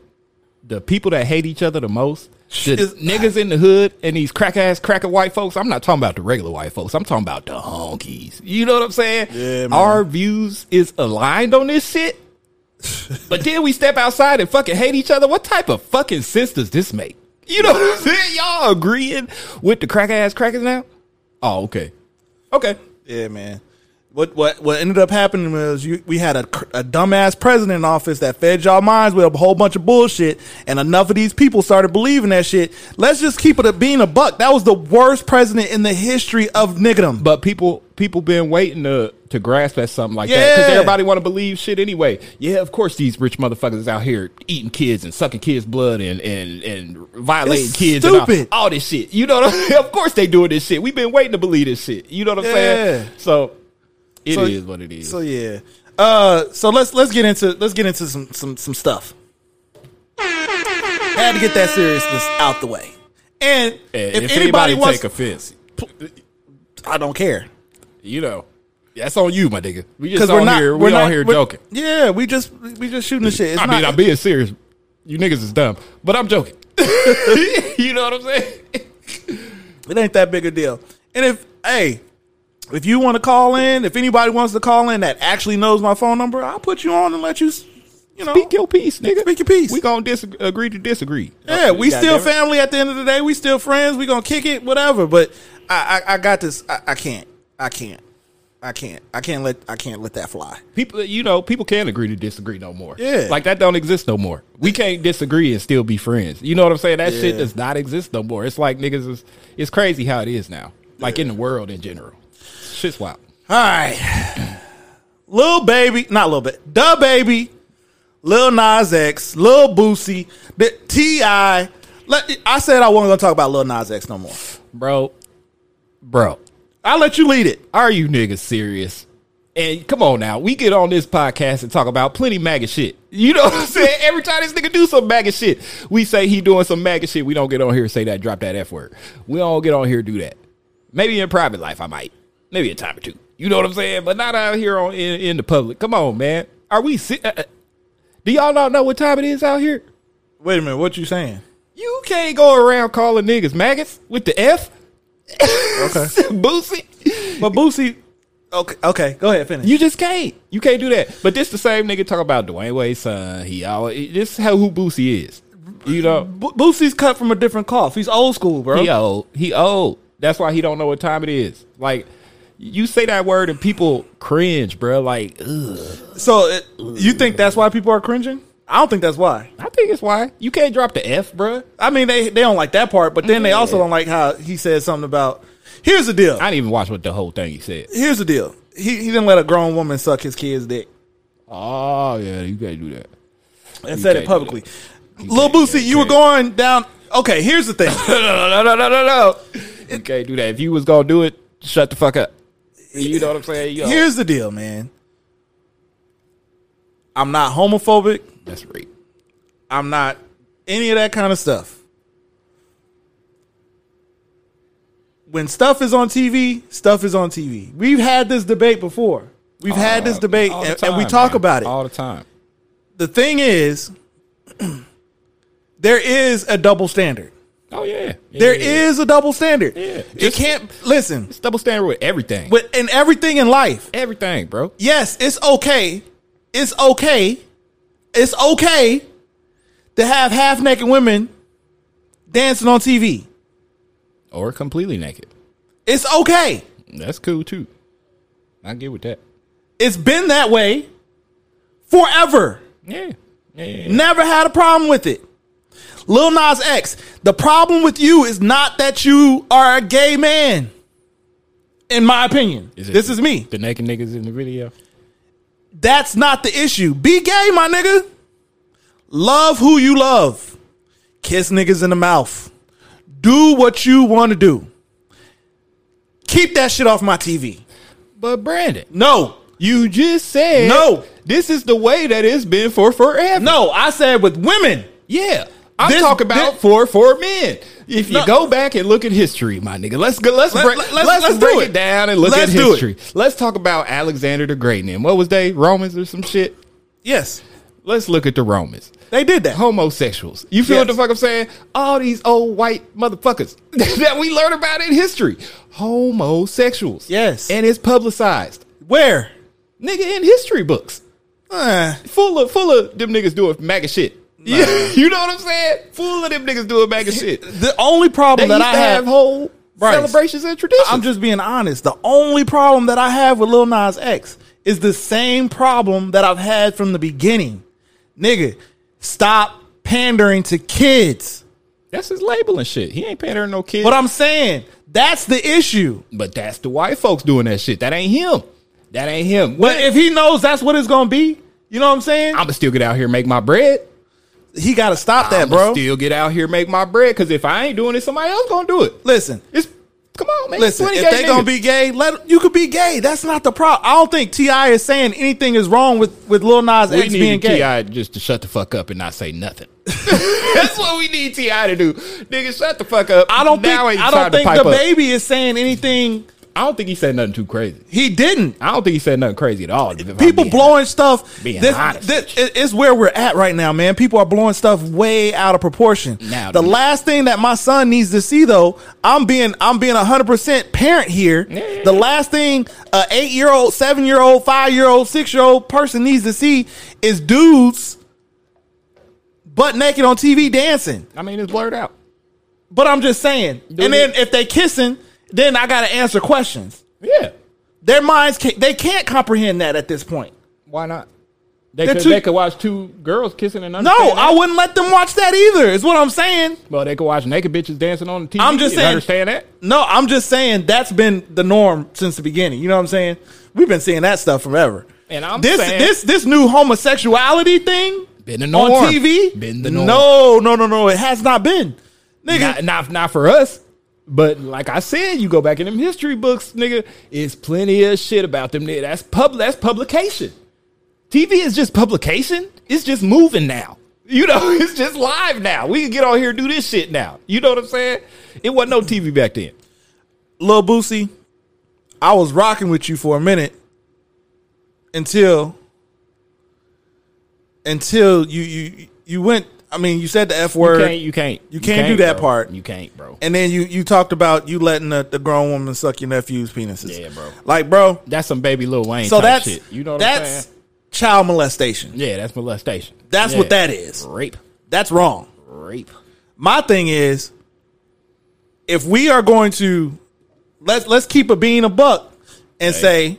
S6: the people that hate each other the most Shit. Niggas in the hood and these crack ass cracking white folks. I'm not talking about the regular white folks. I'm talking about the honkies. You know what I'm saying?
S10: Yeah, man.
S6: Our views is aligned on this shit. but then we step outside and fucking hate each other. What type of fucking sense does this make? You know what I'm saying? Y'all agreeing with the crack ass crackers now? Oh, okay. Okay.
S10: Yeah, man. What what what ended up happening was you, we had a, cr- a dumbass president in office that fed y'all minds with a whole bunch of bullshit, and enough of these people started believing that shit. Let's just keep it a being a buck. That was the worst president in the history of niggerdom.
S6: But people people been waiting to to grasp at something like that because
S10: Yeah.
S6: everybody want to believe shit anyway. Yeah, of course these rich motherfuckers is out here eating kids and sucking kids' blood and and and violating
S10: It's
S6: kids and all-
S10: stupid.
S6: all, this shit. You know, what I'm saying? of course they doing this shit. We've been waiting to believe this shit. You know what I'm
S10: Yeah.
S6: saying? So it is
S10: So-
S6: what it is.
S10: So yeah. Uh, so let's let's get into let's get into some some some stuff. Had to get that seriousness out the way. And if, anybody, wants,
S6: take offense,
S10: I don't care.
S6: you know, that's on you, my nigga. We just
S10: Because
S6: on
S10: we're not
S6: here.
S10: we're
S6: We
S10: not,
S6: on here
S10: we're-
S6: joking.
S10: Yeah, we just we just shooting the shit. It's
S6: I
S10: not,
S6: mean, I'm being serious. You niggas is dumb, but I'm joking. you know what I'm saying?
S10: It ain't that big a deal. And if hey, if you want to call in, if anybody wants to call in that actually knows my phone number, I'll put you on and let you, s- you know,
S6: Speak your piece, nigga.
S10: speak your piece.
S6: We gonna disagree, agree to disagree. Uh,
S10: yeah, we
S6: God
S10: still
S6: damn it.
S10: family at the end of the day. We still friends. We gonna kick it, whatever. But I, I, I got this. I, I can't. I can't. I can't. I can't let. I can't let that fly.
S6: people. You know, people can't agree to disagree no more.
S10: Yeah.
S6: like that don't exist no more. We can't disagree and still be friends. You know what I'm saying? That shit
S10: Yeah.
S6: does not exist no more. It's like niggas is. It's crazy how it is now. Like in the world in general, shit's wild.
S10: All right, Lil Baby, not Lil Baby, Da Baby, Lil Nas X, Lil Boosie, the Ti. Let, I said I wasn't gonna talk about Lil Nas X no more.
S6: bro, bro.
S10: I'll let you lead it.
S6: Are you niggas serious? And come on now, we get on this podcast and talk about plenty maggot shit. You know what I'm saying? Every time this nigga do some maggot shit, we say he doing some maggot shit. We don't get on here and say that, drop that F word. We don't get on here and do that. Maybe in private life, I might. Maybe a time or two. You know what I'm saying? But not out here on in, in the public. Come on, man. Are we? Si- uh, uh, do y'all not know what time it is out here?
S10: Wait a minute, what you saying?
S6: You can't go around calling niggas maggots with the F,
S10: Okay,
S6: Boosie.
S10: but Boosie. Okay, okay, go ahead, finish.
S6: You just can't. You can't do that. But this the same nigga talking about Dwayne Wade's son. He always this how who Boosie is. You know,
S10: Bo- Boosie's cut from a different cloth. He's old school, bro.
S6: he old. He old. That's why he don't know what time it is. Like you say that word and people cringe, bro. Like ugh.
S10: So it, you think that's why people are cringing? I don't think that's why.
S6: I think it's why you can't drop the F, bro.
S10: I mean, they they don't like that part, but then they also
S6: Yeah.
S10: don't like how he said something about. Here's the deal.
S6: I didn't even watch what the whole thing he said.
S10: Here's the deal. He he didn't let a grown woman suck his kid's dick
S6: Oh yeah, you can't do that.
S10: and said
S6: can't
S10: it
S6: do
S10: publicly.
S6: You
S10: Lil
S6: can't-
S10: Boosie,
S6: you
S10: you were going
S6: can't.
S10: down. Okay, here's the thing.
S6: No, no, no, no, no, no. You can't do that. If you was gonna do it, shut the fuck up. You know what I'm saying? Yo,
S10: Here's the deal, man. I'm not homophobic.
S6: that's right.
S10: I'm not any of that kind of stuff. When stuff is on TV, stuff is on TV. We've had this debate before. We've had this debate
S6: Uh, All the
S10: and, and we
S6: time,
S10: talk
S6: man.
S10: about it.
S6: all the time.
S10: the thing is, there is a double standard.
S6: Oh yeah,
S10: There is a double standard.
S6: Yeah.
S10: It
S6: Just-
S10: can't listen.
S6: It's double standard with everything. With
S10: But in everything in life,
S6: everything, bro.
S10: yes, it's okay. It's okay. It's okay to have half naked women dancing on TV.
S6: Or completely naked.
S10: It's okay.
S6: That's cool too. I get with that.
S10: It's been that way forever.
S6: Yeah. Yeah.
S10: Never had a problem with it. Lil Nas X, the problem with you is not that you are a gay man. In my opinion, this is me.
S6: The naked niggas in the video.
S10: That's not the issue. Be gay, my nigga. Love who you love. Kiss niggas in the mouth. Do what you want to do. Keep that shit off my TV.
S6: But Brandon,
S10: No,
S6: you just said
S10: No.
S6: This is the way that it's been for forever.
S10: no, I said with women.
S6: Yeah. I'm
S10: This-
S6: talking about
S10: thi-
S6: for for men. If you
S10: No.
S6: go back and look at history, my nigga, let's go. Let's
S10: Let-
S6: break,
S10: let-
S6: let's,
S10: let's- let's do
S6: break
S10: it.
S6: it down and look
S10: Let's
S6: at
S10: do it.
S6: history. Let's talk about Alexander the Great. And what was they Romans or some shit?
S10: Yes.
S6: Let's look at the Romans.
S10: They did that.
S6: Homosexuals. You feel what the fuck I'm saying? All these old white motherfuckers that we learn about in history. Homosexuals.
S10: Yes.
S6: And it's publicized.
S10: Where? Eh.
S6: Nigga in history books. Full of full of them niggas doing MAGA shit. Yeah, you know what I'm saying? Full of them niggas doing MAGA shit.
S10: The only problem
S6: They
S10: that
S6: used
S10: I
S6: to
S10: have,
S6: have whole celebrations and traditions.
S10: I'm just being honest. The only problem that I have with Lil Nas X is the same problem that I've had from the beginning. Nigga, stop pandering to kids.
S6: That's his label and shit. He ain't pandering no kids.
S10: But I'm saying that's the issue.
S6: But that's the white folks doing that shit. That ain't him. That ain't him.
S10: But if he knows that's what it's gonna be, you know what I'm saying?
S6: I'ma still get out here and make my bread.
S10: He gotta stop that,
S6: I'ma
S10: bro.
S6: Still get out here and make my bread. Because if I ain't doing it, somebody else gonna do it.
S10: Listen,
S6: It's come on, man.
S10: Listen,
S6: It's
S10: if
S6: 20 gay
S10: they gonna
S6: niggas.
S10: be gay, let you could be gay. That's not the problem. I don't think Ti is saying anything is wrong with with Lil Nas
S6: we
S10: X being
S6: need
S10: gay.
S6: Ti just to shut the fuck up and not say nothing. That's what we need Ti to do, nigga. Shut the fuck up.
S10: I don't
S6: Now
S10: think
S6: ain't
S10: I
S6: time
S10: don't
S6: to
S10: think
S6: pipe
S10: the
S6: up.
S10: baby is saying anything.
S6: I don't think he said nothing too crazy.
S10: He didn't.
S6: I don't think he said nothing crazy at all. if I'm
S10: People
S6: being
S10: blowing stuff.
S6: being
S10: This,
S6: honest
S10: this, it- it's where we're at right now, man. People are blowing stuff way out of proportion.
S6: Now,
S10: the
S6: dude.
S10: last thing that my son needs to see, though, I'm being I'm being 100 percent parent here. The last thing a eight year old, seven year old, five year old, six year old person needs to see is dudes butt naked on TV dancing.
S6: I mean, it's blurred out.
S10: But I'm just saying.
S6: Dude.
S10: And then if they kissing, then I got to answer questions.
S6: Yeah.
S10: Their minds can't, they can't comprehend that at this point.
S6: Why not? They
S10: They're
S6: could,
S10: too-
S6: they could watch two girls kissing and
S10: No,
S6: understand that.
S10: I wouldn't let them watch that either. Is what I'm saying.
S6: Well, they could watch naked bitches dancing on the TV.
S10: I'm just
S6: and
S10: saying.
S6: Understand that?
S10: No, I'm just saying that's been the norm since the beginning. You know what I'm saying? We've been seeing that stuff forever.
S6: And I'm
S10: this
S6: saying-
S10: this this new homosexuality thing
S6: Been the
S10: on
S6: norm.
S10: TV.
S6: Been the norm.
S10: No, no, no, no. It has not been, nigga.
S6: Not, not, not for us. But like I said, you go back in them history books, nigga. It's plenty of shit about them. nigga. That's pub. That's publication. TV is just publication. It's just moving now. You know, it's just live now. We can get on here and do this shit now. You know what I'm saying? It wasn't no TV back then.
S10: Lil Boosie, I was rocking with you for a minute until until you you you went. I mean, you said the f word.
S6: You can't. You can't.
S10: You can't do that
S6: bro.
S10: part.
S6: You can't, bro.
S10: And then you you talked about you letting the, the grown woman suck your nephew's penises.
S6: Yeah, bro.
S10: Like, bro.
S6: That's some baby Lil Wayne.
S10: So
S6: type
S10: that's
S6: shit. you know what I'm saying?
S10: that's child molestation.
S6: Yeah, that's molestation.
S10: That's
S6: Yeah.
S10: what that is.
S6: Rape.
S10: That's wrong.
S6: Rape.
S10: My thing is, if we are going to let's let's keep a being a buck and say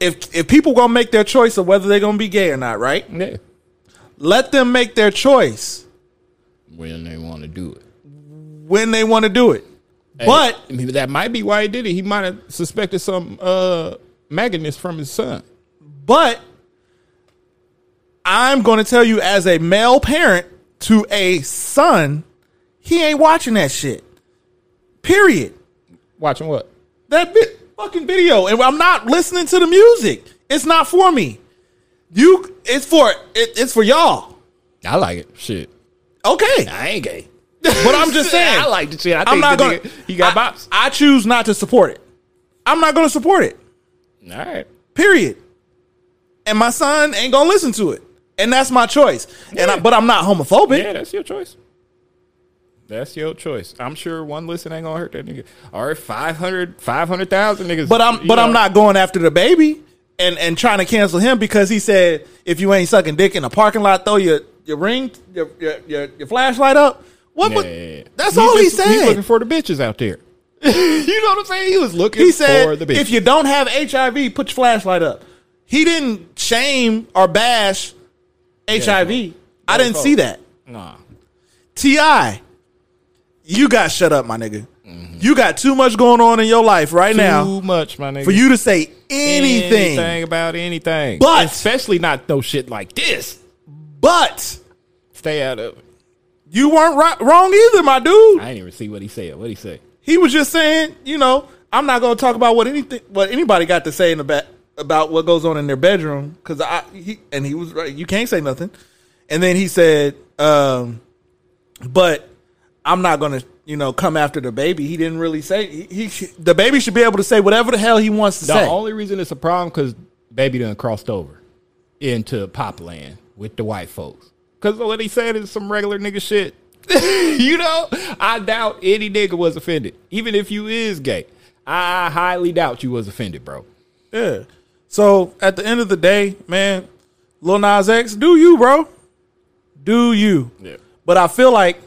S10: if if people gonna make their choice of whether they're gonna be gay or not, right?
S6: Yeah.
S10: Let them make their choice
S6: When they want to do it.
S10: when they want to do it. But
S6: I mean, that might be why he did it. He might have suspected some uh maggotness from his son.
S10: But I'm going to tell you, as a male parent to a son, he ain't watching that shit. Period.
S6: Watching what?
S10: That bit, fucking video, and I'm not listening to the music. It's not for me. You, it's for it, it's for y'all.
S6: I like it. Shit.
S10: Okay,
S6: I ain't gay.
S10: but I'm just saying.
S6: I like the shit. I
S10: I'm
S6: think
S10: not
S6: the
S10: going.
S6: nigga- he got
S10: I,
S6: bops.
S10: I choose not to support it. I'm not going to support it.
S6: All right.
S10: Period. And my son ain't gonna listen to it, and that's my choice. And I,
S6: Yeah.
S10: but I'm not homophobic.
S6: Yeah, that's your choice. That's your choice. I'm sure one listen ain't gonna hurt that nigga. All right, 500 500,000 niggas.
S10: But I'm
S6: you
S10: but
S6: know.
S10: I'm not going after the baby and and trying to cancel him because he said if you ain't sucking dick in a parking lot, throw your your ring your your your, your flashlight up. What?
S6: Yeah,
S10: would-
S6: yeah, yeah.
S10: That's
S6: He's
S10: all he
S6: just- He's looking
S10: said.
S6: for the bitches out there. you know what I'm saying? He was looking
S10: He
S6: for
S10: said
S6: the bitches.
S10: if you don't have HIV, put your flashlight up. He didn't shame or bash HIV. I didn't see that.
S6: nah.
S10: Ti, you got shut up, my nigga. You got too much going on in your life right now
S6: Too much, my nigga.
S10: for you to say anything.
S6: about anything.
S10: But-
S6: especially not no shit like this.
S10: But
S6: Stay out of it.
S10: you weren't right, wrong either, my dude.
S6: I didn't even see what he said. What he say?
S10: He was just saying, you know, I'm not going to talk about what anything what anybody got to say in the back about what goes on in their bedroom cuz I he, and he was right. You can't say nothing. And then he said, um, but I'm not going to, you know, come after the baby. He didn't really say he, he the baby should be able to say whatever the hell he wants to
S6: The
S10: say.
S6: only reason it's a problem because baby done crossed over into pop land with the white folks. Because what he said is some regular nigga shit. you know, I doubt any nigga was offended, even if you is gay. I highly doubt you was offended, bro.
S10: Yeah. So at the end of the day, man, Lil Nas X, do you, bro? Do you?
S6: Yeah.
S10: But I feel like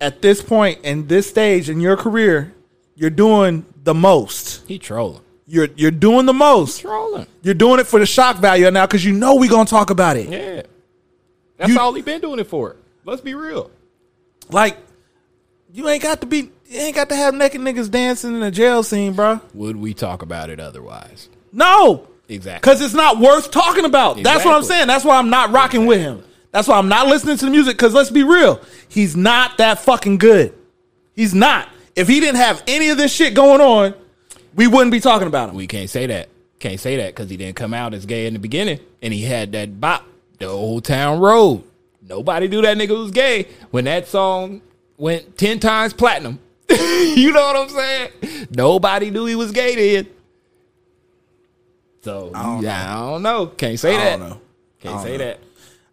S10: at this point in this stage in your career, you're doing the most.
S6: He trolling.
S10: You're you're doing the most.
S6: trolling.
S10: You're doing it for the shock value now because you know we gonna talk about it.
S6: Yeah. That's all he been doing it for. Let's be real.
S10: Like, you ain't got to be you ain't got to have naked niggas dancing in a jail scene, bro.
S6: Would we talk about it otherwise?
S10: No.
S6: Exactly.
S10: Because it's not worth talking about. That's what I'm
S6: Exactly.
S10: saying. That's why I'm not rocking with him. That's why I'm not listening to the music. Because let's be real, he's not that fucking good. He's not. If he didn't have any of this shit going on, we wouldn't be talking about him.
S6: We can't say that. Can't say that because he didn't come out as gay in the beginning, and he had that bop, the old town road. Nobody knew that nigga was gay when that song went ten times platinum. you know what I'm saying? Nobody knew he was gay then. So I don't, know. Can't say
S10: I
S6: that.
S10: don't know.
S6: Can't
S10: I don't
S6: say
S10: know.
S6: that.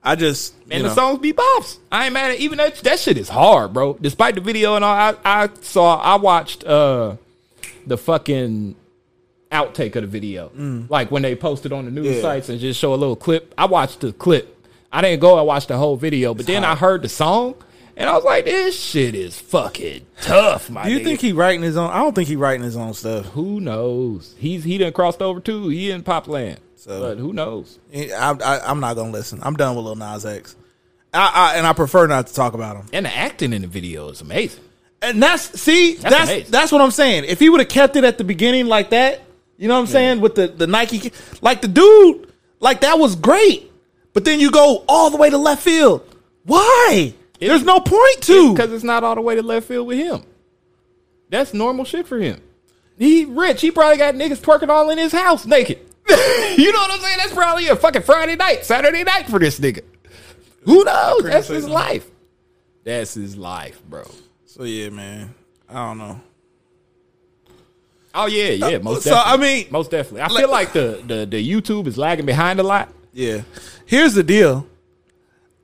S10: I just
S6: And
S10: you
S6: the
S10: know.
S6: songs be bops. I ain't mad at even that. That shit is hard, bro. Despite the video and all, I, I saw, I watched uh the fucking outtake of the video, like when they posted on the news
S10: Mm. Yeah.
S6: sites and just show a little clip. I watched the clip. I didn't go. I watched the whole video, but then I heard the song, and I was like, "This shit is fucking tough." My
S10: Do you
S6: nigga.
S10: think he writing his own? I don't think he writing his own stuff.
S6: Who knows? He's he done crossed over too. He in pop land,
S10: So-
S6: but who knows?
S10: I, I, I'm not gonna listen. I'm done with Lil Nas X. I, I and I prefer not to talk about him.
S6: And the acting in the video is amazing.
S10: And that's see,
S6: That's
S10: that's that's,
S6: amazing.
S10: what I'm saying. If he would have kept it at the beginning like that, you know what I'm saying, with the the Nike, like the dude, like that was great. But then you go all the way to left field. Why? There's no point to.
S6: because it's not all the way to left field with him. That's normal shit for him. He rich. He probably got niggas twerking all in his house naked. you know what I'm saying? That's probably a fucking Friday night, Saturday night for this nigga. Who knows? That's his life. That's his life, bro.
S10: So yeah, man. I don't know.
S6: Oh yeah, yeah.
S10: Uh,
S6: Most
S10: so,
S6: definitely.
S10: I mean-
S6: most definitely. I feel like the, the the YouTube is lagging behind a lot.
S10: Yeah. Here's the deal.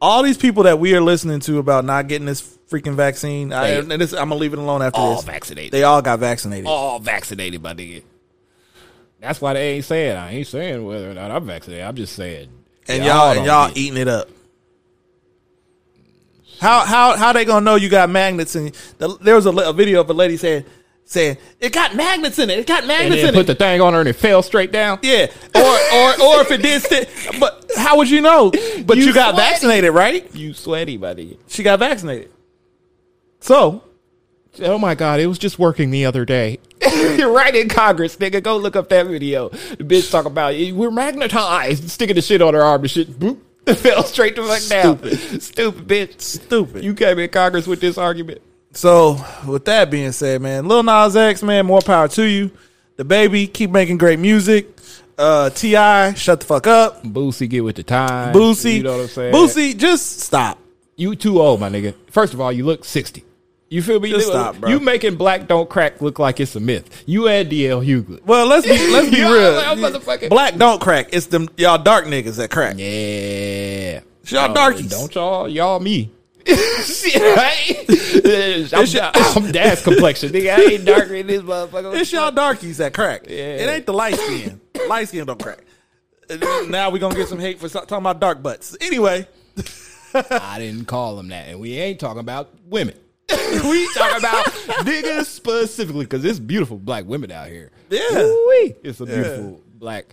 S10: All these people that we are listening to about not getting this freaking vaccine, I,
S6: They-
S10: and this, I'm gonna leave it alone after
S6: All
S10: this.
S6: vaccinated.
S10: They all got vaccinated.
S6: all vaccinated, my nigga. That's why they ain't saying. I ain't saying whether or not I'm vaccinated. I'm just saying.
S10: and y'all, and
S6: don't
S10: y'all
S6: get it.
S10: eating it up. How how how they gonna know you got magnets? And the, there was a, li- a video of a lady saying saying it got magnets in it. It got
S6: and
S10: magnets
S6: then
S10: in
S6: put
S10: it.
S6: the thing on her and it fell straight down.
S10: yeah, or or or if it did stick. But how would you know? But you,
S6: You
S10: got
S6: sweaty.
S10: vaccinated, right?
S6: You sweaty, buddy.
S10: She got vaccinated. So
S6: Oh my god, it was just working the other day. You're right in Congress, nigga. Go look up that video. The bitch talk about "Eh, we're magnetized, sticking the shit on her arm and shit. Boop. It fell straight the fuck down. Stupid bitch.
S10: Stupid.
S6: You came in Congress with this argument.
S10: so with that being said, man, Lil Nas X, man, more power to you. The baby, keep making great music. Uh, Ti, shut the fuck up.
S6: Boosie get with the time.
S10: Boosie,
S6: You know what I'm saying?
S10: Boosie, just stop.
S6: You too old, my nigga. First of all, you look 60. You feel me?
S10: Just
S6: You-
S10: stop, bro.
S6: You making black don't crack look like it's a myth. You and DL Hughley.
S10: Well, let's be let's be
S6: Y'all
S10: real.
S6: like motherfucking-
S10: Black don't crack. It's them y'all dark niggas that crack.
S6: Yeah.
S10: Y'all
S6: Oh,
S10: darkies.
S6: Don't y'all y'all me. Shit, I ain't- I'm, da- I'm dad's complexion, nigga. I ain't darker than this motherfucker.
S10: It's y'all darkies that crack. It
S6: Yeah.
S10: ain't the light skin. light skin don't crack. And now we gonna get some hate for so- talking about dark butts. Anyway,
S6: I didn't call him that, and we ain't talking about women. we
S10: uh,
S6: talking about niggas specifically because it's beautiful black women out here.
S10: Yeah.
S6: Ooh-wee. it's a beautiful black,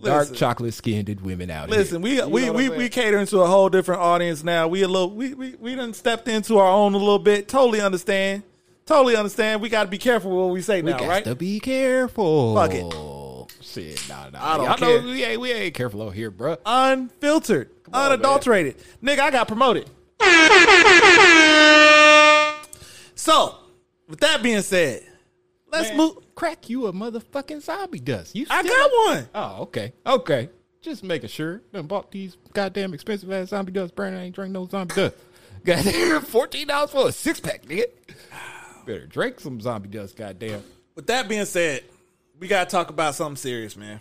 S6: dark
S10: Listen.
S6: chocolate skinned women out
S10: listen, we
S6: here. You
S10: we
S6: know what
S10: we,
S6: I'm
S10: we
S6: saying?
S10: catering to a whole different audience now. We a little we we we done stepped into our own a little bit. Totally understand. Totally understand. We got to be careful what we say
S6: we
S10: now,
S6: got
S10: right?
S6: to be careful.
S10: Fuck
S6: Shit, nah, nah.
S10: I don't
S6: Y'all
S10: care.
S6: know we ain't we ain't careful over here, bruh.
S10: Unfiltered,
S6: on,
S10: unadulterated. Nigga, I got promoted. So, with that being said, let's
S6: Man,
S10: move.
S6: Crack you a motherfucking zombie dust. You
S10: I
S6: still-
S10: got one.
S6: Oh, okay. Okay. Just making sure. Done bought these goddamn expensive ass zombie dust. Brandon ain't drink no zombie dust. Goddamn, fourteen dollars for a six pack, nigga. Better drink some zombie dust, goddamn.
S10: With that being said, we gotta talk about something serious, man.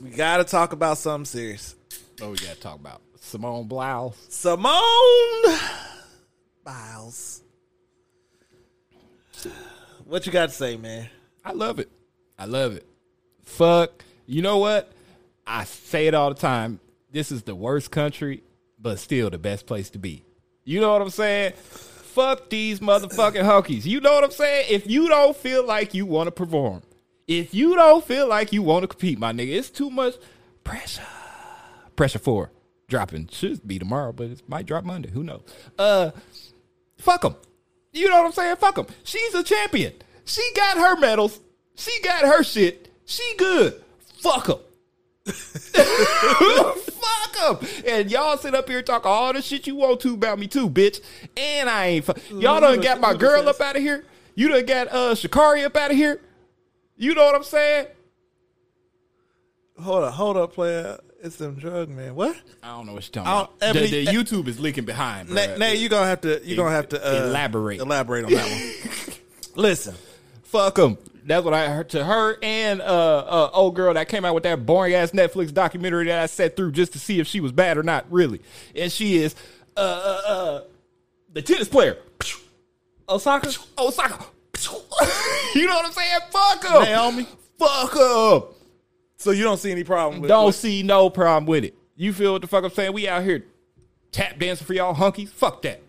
S10: We gotta talk about something serious.
S6: What Oh, we gotta talk about? Simone Blouse.
S10: Simone Biles. What you got to say, man?
S6: I love it. I love it. Fuck. You know what? I say it all the time. This is the worst country, but still the best place to be. You know what I'm saying? Fuck these motherfucking hunkies. You know what I'm saying? If you don't feel like you want to perform, if you don't feel like you want to compete, my nigga, it's too much pressure. Pressure four dropping should be tomorrow, but it might drop Monday. Who knows? Uh, fuck them. You know what I'm saying? Fuck them. She's a champion. She got her medals. She got her shit. She good. Fuck them. fuck them. And y'all sit up here and talk all the shit you want to about me too, bitch. And I ain't. Fu- y'all done got my girl up out of here. You done got uh Shikari up out of here. You know what I'm saying?
S10: Hold up, hold up, player. It's them drug man. What?
S6: I don't know what you're talking about. The, the YouTube is leaking behind.
S10: Nay,
S6: bruh.
S10: Nay, you gonna have to. You gonna have to uh,
S6: Elaborate.
S10: Elaborate on that one. Listen,
S6: fuck them. That's what I heard to her and uh, uh old girl that came out with that boring ass Netflix documentary that I sat through just to see if she was bad or not, really. And she is uh uh, uh the tennis player Oh,
S10: Osaka.
S6: Osaka. you know what I'm saying? Fuck them.
S10: Naomi.
S6: Fuck them.
S10: So you don't see any problem? With,
S6: Don't
S10: with-
S6: see no problem with it. You feel what the fuck I'm saying? We out here tap dancing for y'all hunkies. Fuck that.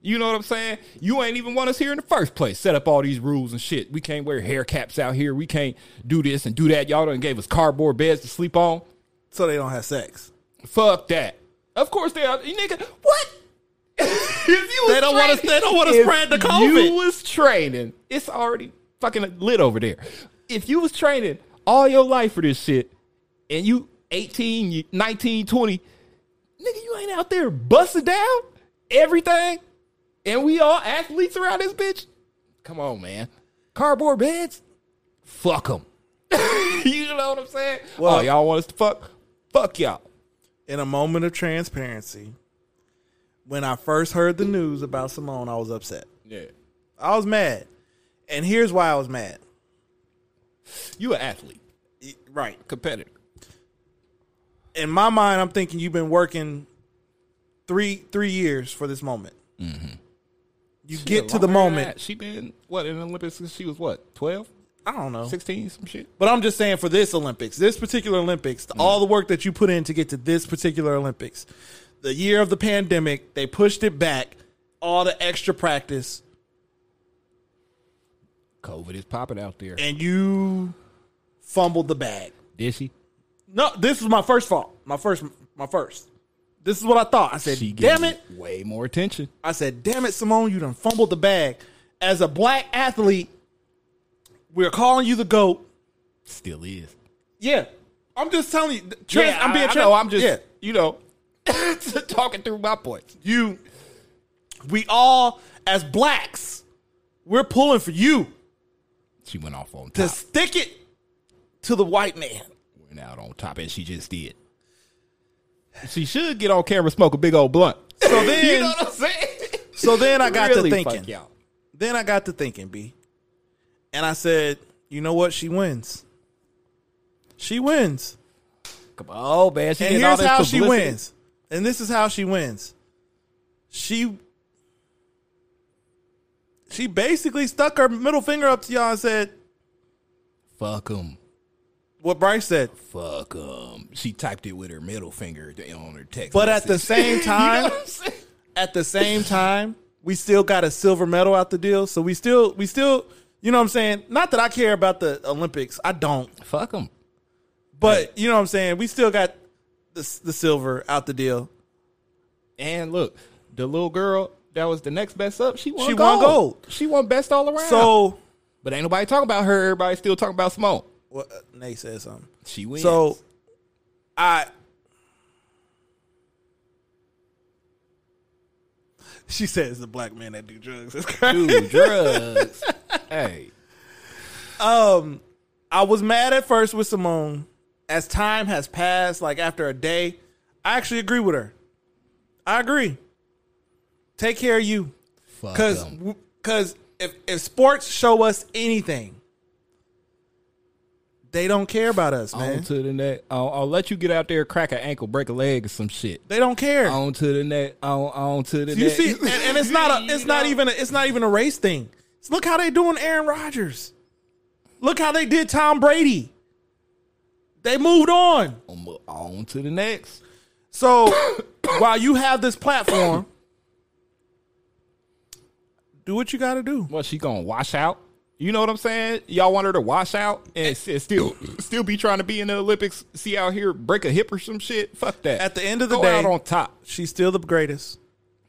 S6: You know what I'm saying? You ain't even want us here in the first place. Set up all these rules and shit. We can't wear hair caps out here. We can't do this and do that. Y'all done gave us cardboard beds to sleep on.
S10: so they don't have sex.
S6: Fuck that. Of course they are. You nigga, what? if you
S10: They don't wanna- they don't wanna
S6: if
S10: spread the COVID.
S6: You was training. It's already fucking lit over there. If you was training all your life for this shit, and you 18, you- 19, 20, nigga, you ain't out there busting down everything, and we all athletes around this bitch. Come on, man. Cardboard beds. Fuck them. you know what I'm saying?
S10: Well-
S6: oh, y'all want us to fuck? Fuck y'all.
S10: in a moment of transparency, when I first heard the news about Simone, I was upset.
S6: Yeah.
S10: I was mad. And here's why I was mad.
S6: You an athlete,
S10: Right.
S6: competitor.
S10: In my mind, I'm thinking you've been working three three years for this moment.
S6: Mm-hmm.
S10: You get to the moment.
S6: She been what in the Olympics since she was what 12,
S10: I don't know.
S6: 16, some shit.
S10: But I'm just saying for this Olympics, this particular Olympics,
S6: Mm.
S10: the- all the work that you put in to get to this particular Olympics, the year of the pandemic, they pushed it back, all the extra practice,
S6: COVID is popping out there.
S10: and you fumbled the bag.
S6: Did she?
S10: No, this was my first fault. My first, my first. This is what I thought. I said,
S6: She
S10: "Damn it!"
S6: getting Way more attention.
S10: I said, "Damn it, Simone, you done fumbled the bag." As a black athlete, we're calling you the goat.
S6: Still is.
S10: Yeah, I'm just telling you. th- Trans,
S6: Yeah,
S10: I'm being.
S6: I, I
S10: trans-
S6: know. I'm just
S10: Yeah.
S6: you know talking through my points.
S10: you. We all, as blacks, we're pulling for you
S6: She went off on
S10: to
S6: top.
S10: stick it to the white man.
S6: Went out on top, and she just did. She should get on camera, smoke a big old blunt.
S10: So then,
S6: You know what I'm saying?
S10: so then I got
S6: Really
S10: to
S6: fuck
S10: thinking.
S6: y'all.
S10: Then I got to thinking, B. And I said, you know what? She wins. She wins.
S6: Come on, man. She
S10: And
S6: getting all
S10: here's
S6: this
S10: how she
S6: publicity.
S10: wins. And this is how she wins. She she basically stuck her middle finger up to y'all and said
S6: Fuck them.
S10: what Bryce said.
S6: fuck um she typed it with her middle finger th- on her text
S10: But at the
S6: message.
S10: same time,
S6: I'm saying?
S10: at the same time, we still got a silver medal out the deal. So we still we still, you know what I'm saying? Not that I care about the Olympics. I don't.
S6: fuck them
S10: But you know what I'm saying? We still got the the silver out the deal.
S6: and look the little girl that was the next best up she won
S10: She won
S6: gold.
S10: gold.
S6: she won best all around
S10: So
S6: but ain't nobody talking about her everybody still talking about Simone
S10: what Nate said something.
S6: she wins
S10: So I She said it's the black man that do drugs. That's crazy.
S6: Dude, drugs hey
S10: Um I was mad at first with Simone. As time has passed, like after a day, I actually agree with her. I agree. Take care of you.
S6: fuck
S10: Cause,
S6: 'em.
S10: cause if if sports show us anything, They don't care about us,
S6: On
S10: man.
S6: to the net. I'll, I'll let you get out there, crack an ankle, break a leg, or some shit.
S10: They don't care.
S6: On to the net. On, on to the
S10: You
S6: net.
S10: see, and, and it's not a, it's not even, a, it's not even a race thing. It's look how they doing Aaron Rodgers. Look how they did Tom Brady. They moved on.
S6: On, on to the next.
S10: So while you have this platform, do what you got to do.
S6: What she gonna wash out? You know what I'm saying? Y'all want her to wash out and
S10: Eh.
S6: s- and still still be trying to be in the Olympics? See out here break a hip or some shit? Fuck that.
S10: At the end of the
S6: Go
S10: day,
S6: out on top.
S10: she's still the greatest.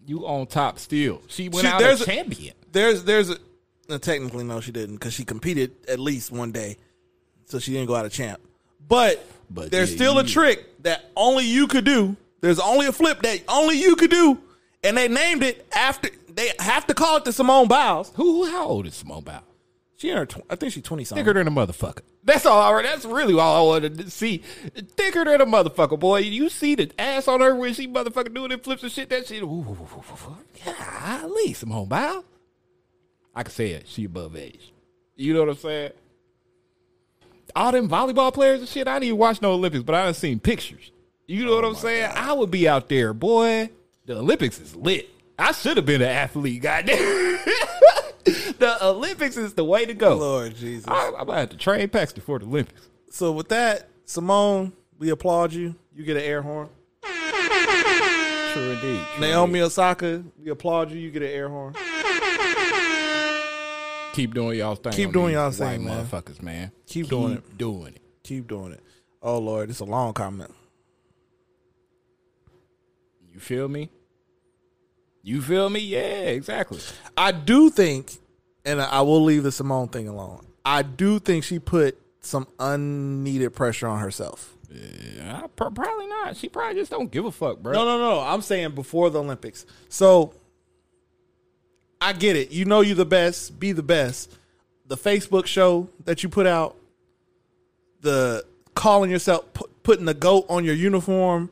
S6: You on top still. She went
S10: She-
S6: out
S10: there's
S6: as
S10: a-
S6: champion.
S10: There's there's a no, technically no, she didn't because she competed at least one day, so she didn't go out a champ. But,
S6: But
S10: there's
S6: yeah,
S10: still a
S6: you-
S10: trick that only you could do. There's only a flip that only you could do, and they named it after. They have to call it the Simone Biles.
S6: Who? How old is Simone Biles?
S10: She in her. Tw- I think she's twenty something.
S6: Thicker than a motherfucker. That's all. I, that's really all I wanted to see. Thicker than a motherfucker, boy. You see the ass on her when she motherfucking doing it flips and shit. That shit. Ooh, ooh, ooh, ooh, ooh. Golly, Simone Biles. I can say it. She above age. You know what I'm saying? All them volleyball players and shit. I didn't even watch no Olympics, but I done seen pictures. You know what I'm saying? I would be out there, boy. The Olympics is lit. I should have been an athlete. Goddamn. the Olympics is the way to go.
S10: Lord Jesus.
S6: I, I'm gonna have to train Paxton for the Olympics.
S10: So with that, Simone, we applaud you. You get an air horn.
S6: True indeed.
S10: Naomi Osaka, we applaud you. You get an air horn.
S6: Keep doing y'all thing.
S10: Keep
S6: on
S10: doing
S6: these
S10: y'all
S6: white
S10: thing, man.
S6: motherfuckers, man.
S10: Keep doing it.
S6: Doing it.
S10: Keep doing it. Oh Lord, it's a long comment.
S6: You feel me? You feel me? Yeah, exactly.
S10: I do think, and I will leave the Simone thing alone. I do think she put some unneeded pressure on herself.
S6: Yeah, I- pro- probably not. She probably just don't give a fuck, bro.
S10: No, no, no. I'm saying before the Olympics. So I get it. You know you're the best. Be the best. The Facebook show that you put out, the calling yourself pu- putting the goat on your uniform.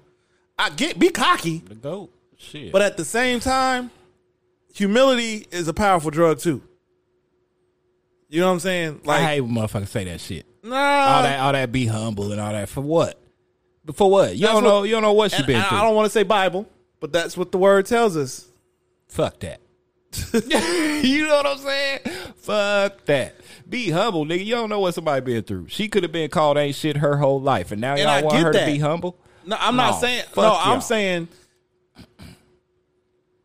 S10: I get be cocky,
S6: The goat. Shit.
S10: but at the same time, humility is a powerful drug too. You know what I'm saying?
S6: I
S10: Like
S6: hate when motherfuckers say that shit.
S10: nah,
S6: all that, all that, be humble and all that for what? But For what? You
S10: That's
S6: don't
S10: what-
S6: know. You don't know what she
S10: and
S6: been
S10: I-
S6: through.
S10: I don't want to say Bible, but that's what the word tells us.
S6: Fuck that. you know what I'm saying? Fuck that. Be humble, nigga. You don't know what somebody been through. She could have been called ain't shit her whole life, and now y'all
S10: I
S6: want
S10: get
S6: her
S10: that.
S6: to be humble.
S10: No, I'm
S6: No,
S10: not saying.
S6: fuck
S10: No,
S6: y'all.
S10: I'm saying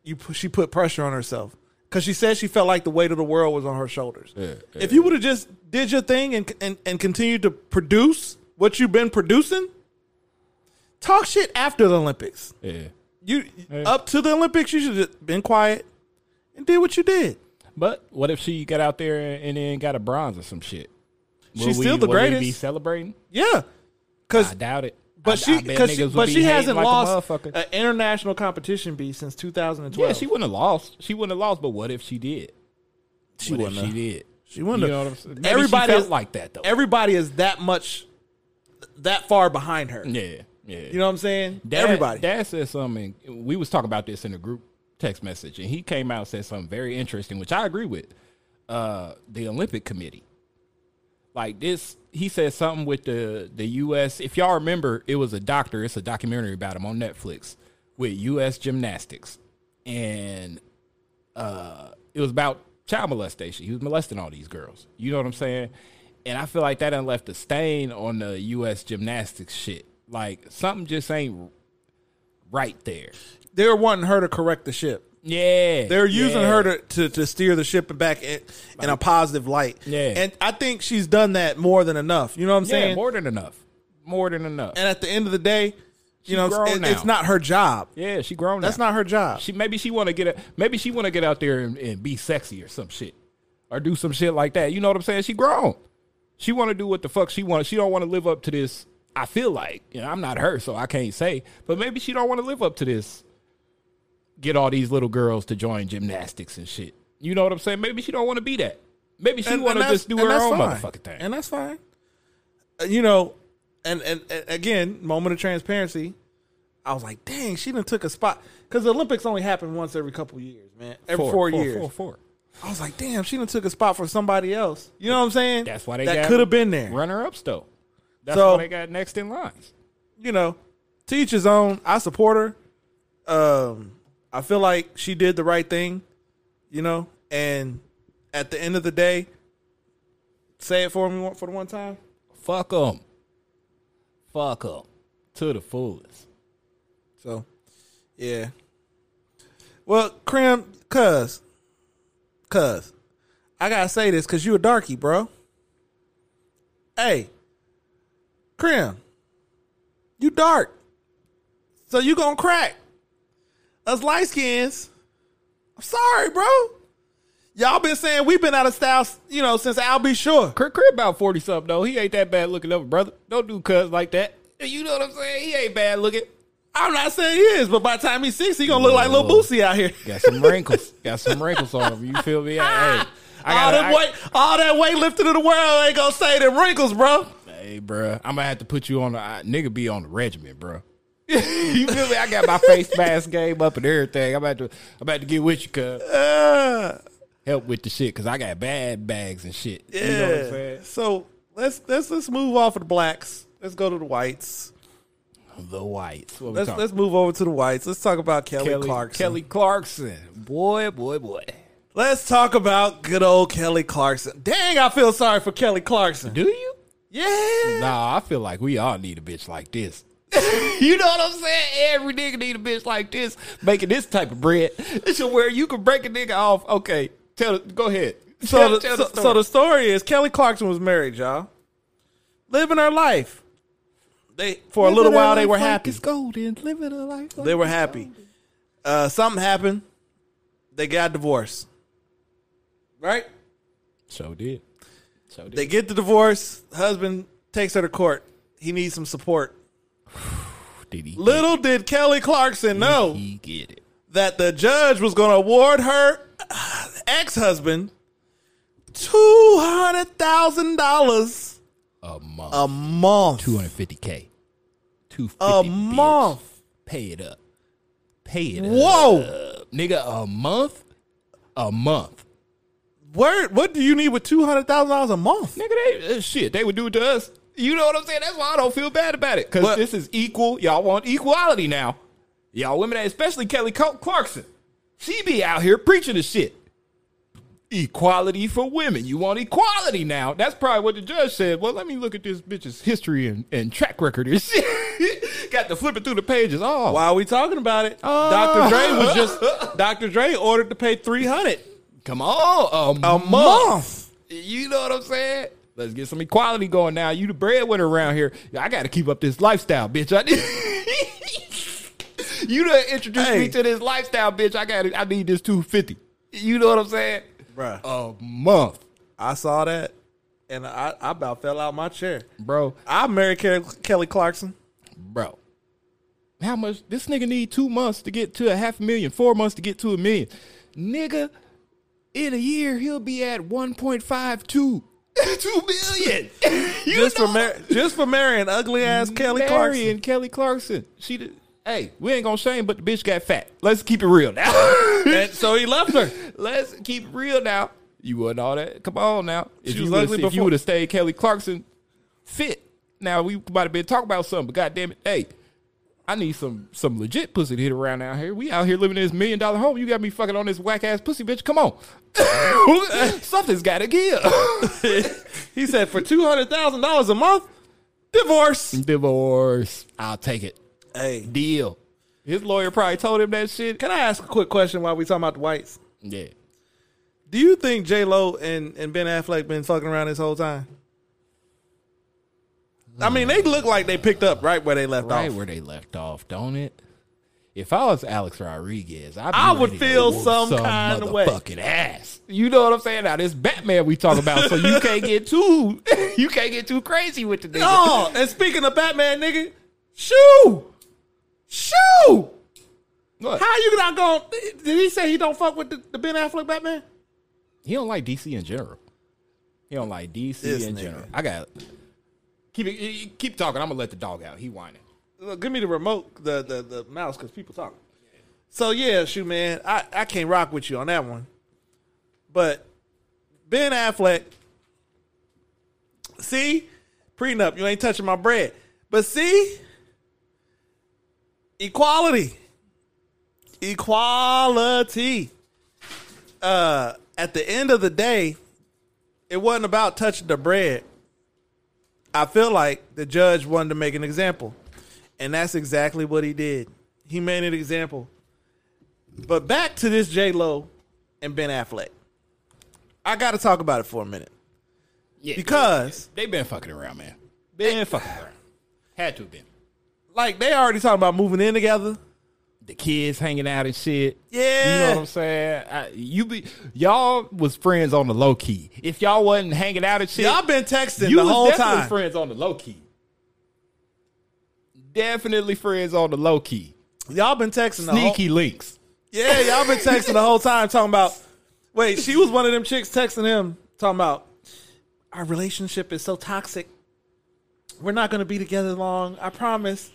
S10: you. Put, she put pressure on herself because she said she felt like the weight of the world was on her shoulders. If you would have just did your thing and, and and continued to produce what you've been producing, talk shit after the Olympics.
S6: Yeah.
S10: You up to the Olympics, you should have been quiet and did what you did.
S6: But what if she got out there and, and then got a bronze or some shit? Will
S10: She's still the
S6: will We be
S10: greatest.
S6: celebrating?
S10: Yeah, because
S6: I doubt it.
S10: but
S6: I-
S10: she
S6: I bet
S10: because
S6: niggas would
S10: but
S6: be
S10: she
S6: hating
S10: hasn't
S6: like a
S10: lost
S6: motherfucker.
S10: an international competition B since 2012.
S6: yeah, she wouldn't have lost. She wouldn't have lost. But what if she did? She what if
S10: wouldn't
S6: she did?
S10: She wouldn't
S6: You
S10: have-
S6: know what I'm saying? Maybe
S10: everybody
S6: she felt
S10: is-
S6: like that though.
S10: everybody is that much that far behind her.
S6: yeah, yeah.
S10: You know what I'm saying?
S6: Dad,
S10: everybody.
S6: Dad said something. and We was talking about this in a group text message, and he came out and said something very interesting, which I agree with. Uh, the Olympic Committee, like this, he said something with the the U.S. If y'all remember, it was a doctor. It's a documentary about him on Netflix with U.S. gymnastics, and uh, it was about child molestation. He was molesting all these girls. You know what I'm saying? And I feel like that done left a stain on the U.S. gymnastics shit. Like something just ain't right there.
S10: They're wanting her to correct the ship.
S6: Yeah,
S10: They're using
S6: yeah.
S10: her to, to, to steer the ship back in, in a positive light.
S6: Yeah.
S10: And I think she's done that more than enough. You know what I'm
S6: yeah,
S10: saying?
S6: more than enough, more than enough.
S10: and at the end of the day, you know,
S6: grown
S10: it-
S6: now.
S10: it's not her job.
S6: yeah, she grown.
S10: That's
S6: now.
S10: not her job.
S6: She maybe she want to get a, maybe she want to get out there and, and be sexy or some shit or do some shit like that. You know what I'm saying? She grown. She want to do what the fuck she want. She don't want to live up to this. I feel like you know I'm not her, so I can't say. But maybe she don't want to live up to this. Get all these little girls to join gymnastics and shit. You know what I'm saying? Maybe she don't want to be that. Maybe she
S10: And-
S6: want to
S10: and that's-
S6: just do
S10: and
S6: her
S10: that's
S6: own
S10: fine.
S6: motherfucking thing.
S10: And that's fine. Uh, You know, and, and and again, moment of transparency. I was like, dang, she done took a spot because the Olympics only happen once every couple years, man. Every four, years.
S6: four, four.
S10: I was like, damn, she done took a spot for somebody else. You know what I'm saying?
S6: That's why they
S10: that
S6: got
S10: could have been there.
S6: Runner ups though. That's
S10: so
S6: why they got next in lines.
S10: you know, teach his own. I support her. Um, I feel like she did the right thing, you know. And at the end of the day, say it for me one- for the one time.
S6: Fuck them. Fuck them to the fullest.
S10: So, yeah. Well, Cram, cuz, cuz, I gotta say this because you a darky, bro. Hey, Cram, you dark, so you gonna crack. Us light skins, I'm sorry, bro. Y'all been saying we've been out of style, you know, since Al B. Sure.
S6: Crit Crit about 40 something, though. He ain't that bad looking of a brother. Don't do cuz like that. You know what I'm saying? He ain't bad looking.
S10: I'm not saying he is, but by the time he's six, he gonna look like Lil
S6: Whoa.
S10: Boosie out here.
S6: Got some wrinkles. got some wrinkles on him. You feel me? Hey, I
S10: all
S6: got
S10: that weight, all that weight lifted in the world ain't gonna say them wrinkles, bro.
S6: Hey, bruh, I'm gonna have to put you on the I, nigga. Be on the regiment, bruh. you feel me? I got my face mask game up and everything. I'm about to, I'm about to get with you, cuz help with the shit, cause I got bad bags and shit.
S10: Yeah.
S6: You know what I'm saying?
S10: So let's let's let's move off of the blacks. Let's go to the whites.
S6: The whites. What we
S10: Let's
S6: talking
S10: let's move over to the whites. Let's talk about Kelly,
S6: Kelly
S10: Clarkson.
S6: Kelly Clarkson. Boy, boy, boy.
S10: Let's talk about good old Kelly Clarkson. Dang, I feel sorry for Kelly Clarkson.
S6: Do you?
S10: Yeah.
S6: Nah, I feel like we all need a bitch like this. you know what I'm saying? Every nigga need a bitch like this, making this type of bread. It's where you can break a nigga off. Okay, tell. Go ahead.
S10: So
S6: Tell-
S10: the,
S6: tell
S10: so, so the story is Kelly Clarkson was married, y'all. Living her life. They for a little while they were happy.
S6: golden. Living a life.
S10: They were happy. Uh, something happened. They got divorced. Right?
S6: So did. So did.
S10: They get the divorce. Husband takes her to court. He needs some support.
S6: did he?
S10: Little did Kelly Clarkson know
S6: He get it.
S10: that the judge was going to award her ex husband two hundred thousand dollars
S6: A month.
S10: a month.
S6: 250k. 250
S10: a
S6: bitch.
S10: month.
S6: Pay it up. Pay it up.
S10: Whoa!
S6: Nigga, a month? A month.
S10: Where? What do you need with two hundred thousand dollars a month?
S6: Nigga, they uh, shit, they would do it to us. You know what I'm saying? That's why I don't feel bad about it. Cause
S10: But-
S6: this is equal. Y'all want equality now. Y'all women, especially Kelly Cl- Clarkson. She be out here preaching the shit. Equality for women. You want equality now. That's probably what the judge said. Well, let me look at this bitch's history and, and track record and shit. Got to flipping through the pages. Oh,
S10: While we talking about it, Dr. Dre was just Dr. Dre ordered to pay three hundred
S6: come on. A,
S10: a
S6: month.
S10: month.
S6: You know what I'm saying? Let's get some equality going now. You the breadwinner around here. I got to keep up this lifestyle, bitch. I you done introduced
S10: Hey.
S6: me to this lifestyle, bitch. I got. I need this two fifty. You know what I'm saying?
S10: Bruh.
S6: A month,
S10: I saw that, and I, I about fell out my chair.
S6: bro,
S10: I married Ke- Kelly Clarkson.
S6: bro. How much this nigga need two months to get to a half a million, four months to get to a million, nigga. In a year, he'll be at one point five two. Two million. You
S10: Just for
S6: know-
S10: mar- just for marrying ugly ass Kelly
S6: Mary
S10: Clarkson.
S6: and Kelly Clarkson. She did. Hey, we ain't gonna shame, but the bitch got fat. Let's keep it real now.
S10: And so he left her.
S6: Let's keep it real now. You wasn't all that. Come on now. If
S10: She
S6: you
S10: was
S6: would've-
S10: ugly
S6: if you
S10: before.
S6: would have stayed Kelly Clarkson fit, now we might have been talking about something. But goddamn it, hey, I need some some legit pussy to hit around out here. We out here living in this million dollar home. You got me fucking on this whack ass pussy, bitch. Come on, something's got to give.
S10: He said for two hundred thousand dollars a month, divorce.
S6: Divorce. I'll take it.
S10: Hey,
S6: Deal. His lawyer probably told him that shit.
S10: can I ask a quick question while we talking about the whites?
S6: Yeah.
S10: Do you think J Lo and, and Ben Affleck been fucking around this whole time? I mean, they look like they picked up right where they left
S6: Right
S10: off.
S6: where they left off, don't it? If I was Alex Rodriguez, I'd be
S10: I would
S6: ready to
S10: feel
S6: whoop
S10: some kind of way.
S6: motherfucking ass. You know what I'm saying? Now this Batman we talk about, so you can't get too you can't get too crazy with the nigga.
S10: Oh, and speaking of Batman, nigga, shoo, shoo.
S6: Look,
S10: How you not going? to Did he say he don't fuck with the, the Ben Affleck Batman?
S6: he don't like DC in general. He don't like DC
S10: This
S6: in
S10: nigga.
S6: general. I got keep it, keep talking. I'm gonna let the dog out. He whining.
S10: Look, give me the remote, the the, the mouse, because people talk. So yeah, shoot, man, I, I can't rock with you on that one. But Ben Affleck, see, Prenup, you ain't touching my bread. But see, equality, equality. Uh, at the end of the day, it wasn't about touching the bread. I feel like the judge wanted to make an example, and that's exactly what he did. He made an example. But back to this J Lo and Ben Affleck. I got to talk about it for a minute.
S6: Yeah,
S10: because
S6: they, have been fucking around, man. Been fucking around. Had to have been.
S10: Like they already talking about moving in together.
S6: The kids hanging out and shit.
S10: Yeah,
S6: you know what I'm saying. I, you be y'all was friends on the low key. If y'all wasn't hanging out and shit,
S10: Y'all been texting
S6: you
S10: the
S6: was
S10: whole
S6: definitely
S10: time.
S6: Friends on the low key. Definitely friends on the low key.
S10: Y'all been texting the whole-
S6: sneaky links.
S10: Yeah, y'all been texting the whole time talking about. Wait, she was one of them chicks texting him talking about our relationship is so toxic. We're not going to be together long. I promise.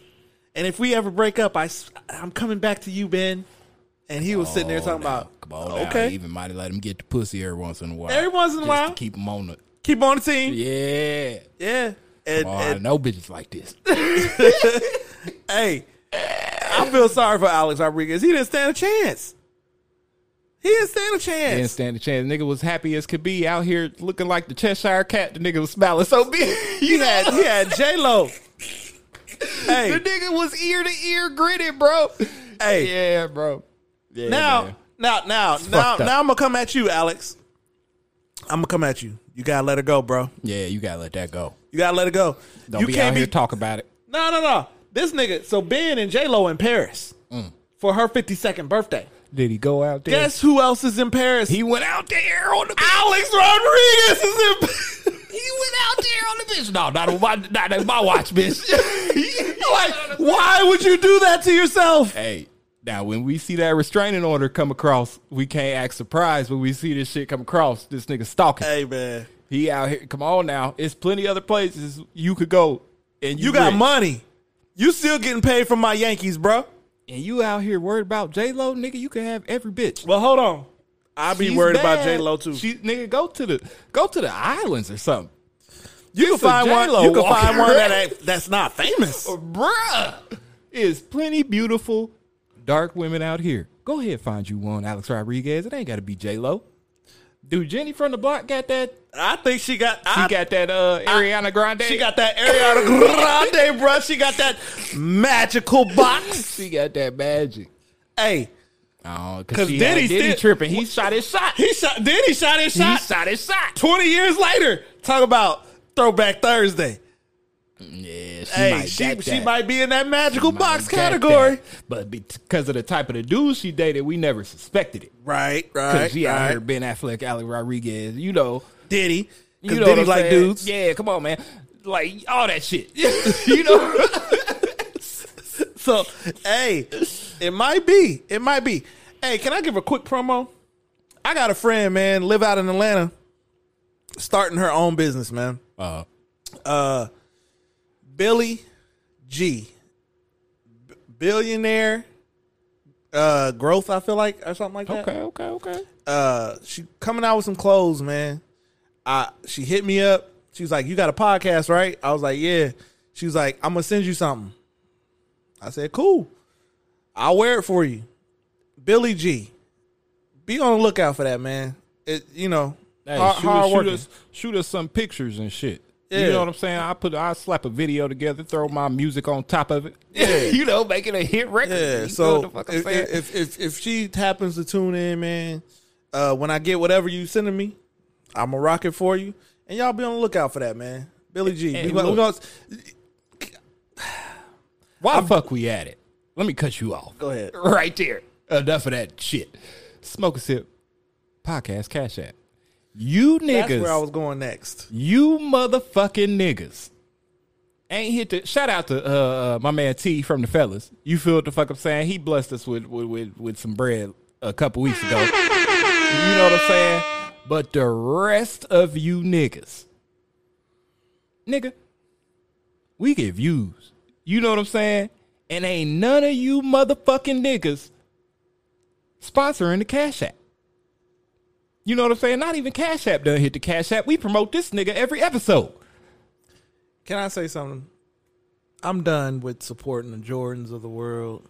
S10: And if we ever break up, I am coming back to you, Ben. And he was sitting there talking about,
S6: Come on, now,
S10: okay,
S6: you even might let him get the pussy every once in a while.
S10: Every once in a
S6: Just
S10: while.
S6: to keep him on the.
S10: keep on the team.
S6: Yeah,
S10: Yeah, and,
S6: Come on,
S10: and-
S6: no bitches like this.
S10: hey, I feel sorry for Alex Rodriguez. He didn't stand a chance. He didn't stand a chance.
S6: Didn't stand a chance. Nigga was happy as could be out here looking like the Cheshire cat. The nigga was smiling so big.
S10: He had he had J Lo.
S6: The
S10: Hey,
S6: nigga was ear to ear gritted, bro.
S10: hey.
S6: Yeah, bro. Yeah,
S10: now,
S6: man.
S10: now, now, now,
S6: fucked up.
S10: now, I'm gonna come at you, Alex. I'm gonna come at you. You gotta let her go, bro.
S6: yeah, you gotta let that go.
S10: You gotta let her go.
S6: Don't
S10: you
S6: be out here talk about it.
S10: no, no, no. This nigga. So Ben and J Lo in Paris
S6: Mm.
S10: for her 52nd birthday.
S6: Did he go out there?
S10: Guess who else is in Paris?
S6: He went out there on the.
S10: Alex Rodriguez is in.
S6: He went out there on the bitch. No, not on my, not on my watch, bitch.
S10: like, why would you do that to yourself?
S6: Hey, now when we see that restraining order come across, we can't act surprised when we see this shit come across. This nigga stalking.
S10: Hey, man.
S6: He out here. Come on now. It's plenty other places you could go, and you,
S10: You got
S6: rich.
S10: money. You still getting paid from my Yankees, bro.
S6: and you out here worried about J Lo, nigga. You can have every bitch.
S10: Well, hold on. I be
S6: She's
S10: worried about
S6: bad.
S10: J Lo too.
S6: She nigga, go to the go to the islands or something,
S10: you can
S6: It's a
S10: find
S6: J-Lo
S10: one. You can
S6: walking
S10: find one that
S6: around.
S10: ain't, that's not famous.
S6: bruh. Is plenty beautiful dark women out here. Go ahead, find you one, Alex Rodriguez. It ain't got to be J Lo. Dude, Jenny from the block got that.
S10: I think she got.
S6: She
S10: I,
S6: got that uh Ariana Grande.
S10: She got that Ariana Grande, bro. She got that magical box.
S6: She got that magic.
S10: hey,
S6: Oh,
S10: 'Cause
S6: because she
S10: Diddy
S6: Diddy, had Diddy
S10: still-
S6: tripping. He shot his shot.
S10: he shot. Then he shot his shot.
S6: He shot his shot.
S10: Twenty years later, talk about throwback Thursday.
S6: Yeah, she
S10: hey,
S6: might
S10: she
S6: get
S10: she
S6: that.
S10: might be in that magical
S6: Might
S10: box
S6: get
S10: category.
S6: that. But because of the type of the dude she dated, we never suspected it.
S10: Right,
S6: Because
S10: right,
S6: she out
S10: right.
S6: here, Ben Affleck, Alec Rodriguez, you know.
S10: Diddy,
S6: You
S10: because
S6: know
S10: Diddy
S6: what I'm
S10: like
S6: saying?
S10: dudes.
S6: Yeah, come on, man. Like, all that shit. you know?
S10: So, hey, it might be. It might be. Hey, can I give a quick promo? I got a friend, man, live out in Atlanta, starting her own business, man.
S6: Uh,
S10: Billy G, B- billionaire uh, growth. I feel like or something like that.
S6: okay, okay, okay.
S10: Uh, she coming out with some clothes, man. I she hit me up. She was like, "You got a podcast, right?" I was like, "Yeah." She was like, "I'm gonna send you something." I said, "Cool, I'll wear it for you." Billy G, be on the lookout for that, man. It you know
S6: Hey,
S10: hard,
S6: shoot,
S10: hard
S6: us, shoot,
S10: working.
S6: us, shoot us some pictures and shit.
S10: Yeah.
S6: You know what I'm saying? I put I slap a video together, throw my music on top of it. you know, making a hit record.
S10: Yeah,
S6: You know
S10: so
S6: what the fuck I'm
S10: if,
S6: saying?
S10: if if if she happens to tune in, man, uh, when I get whatever you sending me, I'm gonna rock it for you, and y'all be on the lookout for that, man. Billy G,
S6: Hey,
S10: we gonna, we
S6: look.
S10: gonna-
S6: Why the fuck we at it? Let me cut you off.
S10: go ahead.
S6: Right there. Enough of that shit. Smoke a sip. Podcast Cash App. You niggas.
S10: That's where I was going next.
S6: You motherfucking niggas. Ain't hit the shout out to uh, uh, my man T from the fellas. You feel what the fuck I'm saying? He blessed us with with, with with some bread a couple weeks ago. You know what I'm saying? But the rest of you niggas, nigga, we get views. You know what I'm saying? And ain't none of you motherfucking niggas sponsoring the Cash App. You know what I'm saying? Not even Cash App done hit the Cash App. We promote this nigga every episode.
S10: Can I say something? I'm done with supporting the Jordans of the world.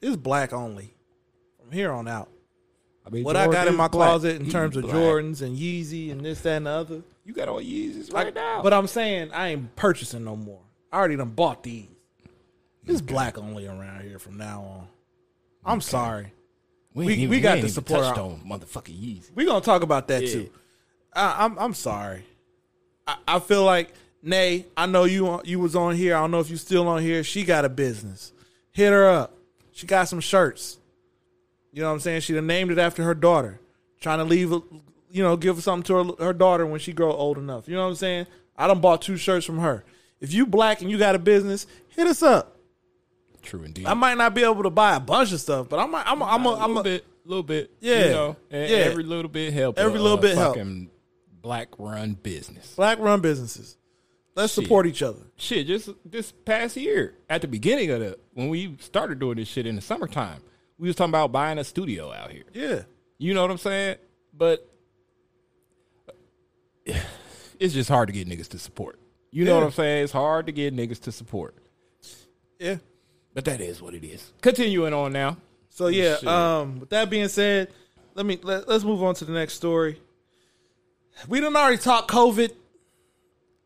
S10: It's black only from here on out.
S6: I mean,
S10: what I got
S6: Jordan
S10: in my
S6: is black.
S10: closet in
S6: He
S10: terms of
S6: black.
S10: Jordans and Yeezy and this, that, and the other.
S6: You got all Yeezys
S10: I-
S6: right now.
S10: But I'm saying I ain't purchasing no more. I already done bought these. It's black only around here from now on. I'm sorry. We,
S6: ain't
S10: we,
S6: even-
S10: got
S6: ain't
S10: to
S6: even
S10: support
S6: touched
S10: our,
S6: on motherfucking Yeezy.
S10: we gonna talk about that
S6: Yeah.
S10: too. I, I'm I'm sorry. I, I feel like Nay. I know you on- you was on here. I don't know if you still on here. She got a business. Hit her up. She got some shirts. You know what I'm saying? She done named it after her daughter. Trying to leave, a- you know, give something to her, her daughter when she grow old enough. You know what I'm saying? I done bought two shirts from her. If you black and you got a business, hit us up.
S6: True indeed.
S10: I might not be able to buy a bunch of stuff, but I might. I'm. A, I'm. A, I'm. A,
S6: little bit, little bit.
S10: Yeah,
S6: you know, and
S10: yeah.
S6: Every little bit help.
S10: Every little bit help.
S6: Uh, fucking Black run business.
S10: Black run businesses. Let's
S6: Shit.
S10: support each other.
S6: Shit, just this past year, at the beginning of the when we started doing this shit in the summertime, we was talking about buying a studio out here.
S10: Yeah.
S6: You know what I'm saying? But it's just hard to get niggas to support. You know
S10: Yeah.
S6: what I'm saying? It's hard to get niggas to support.
S10: Yeah.
S6: But that is what it is. Continuing on now.
S10: So yeah,
S6: Shit.
S10: um, with that being said, let me let, let's move on to the next story. We didn't already talk COVID,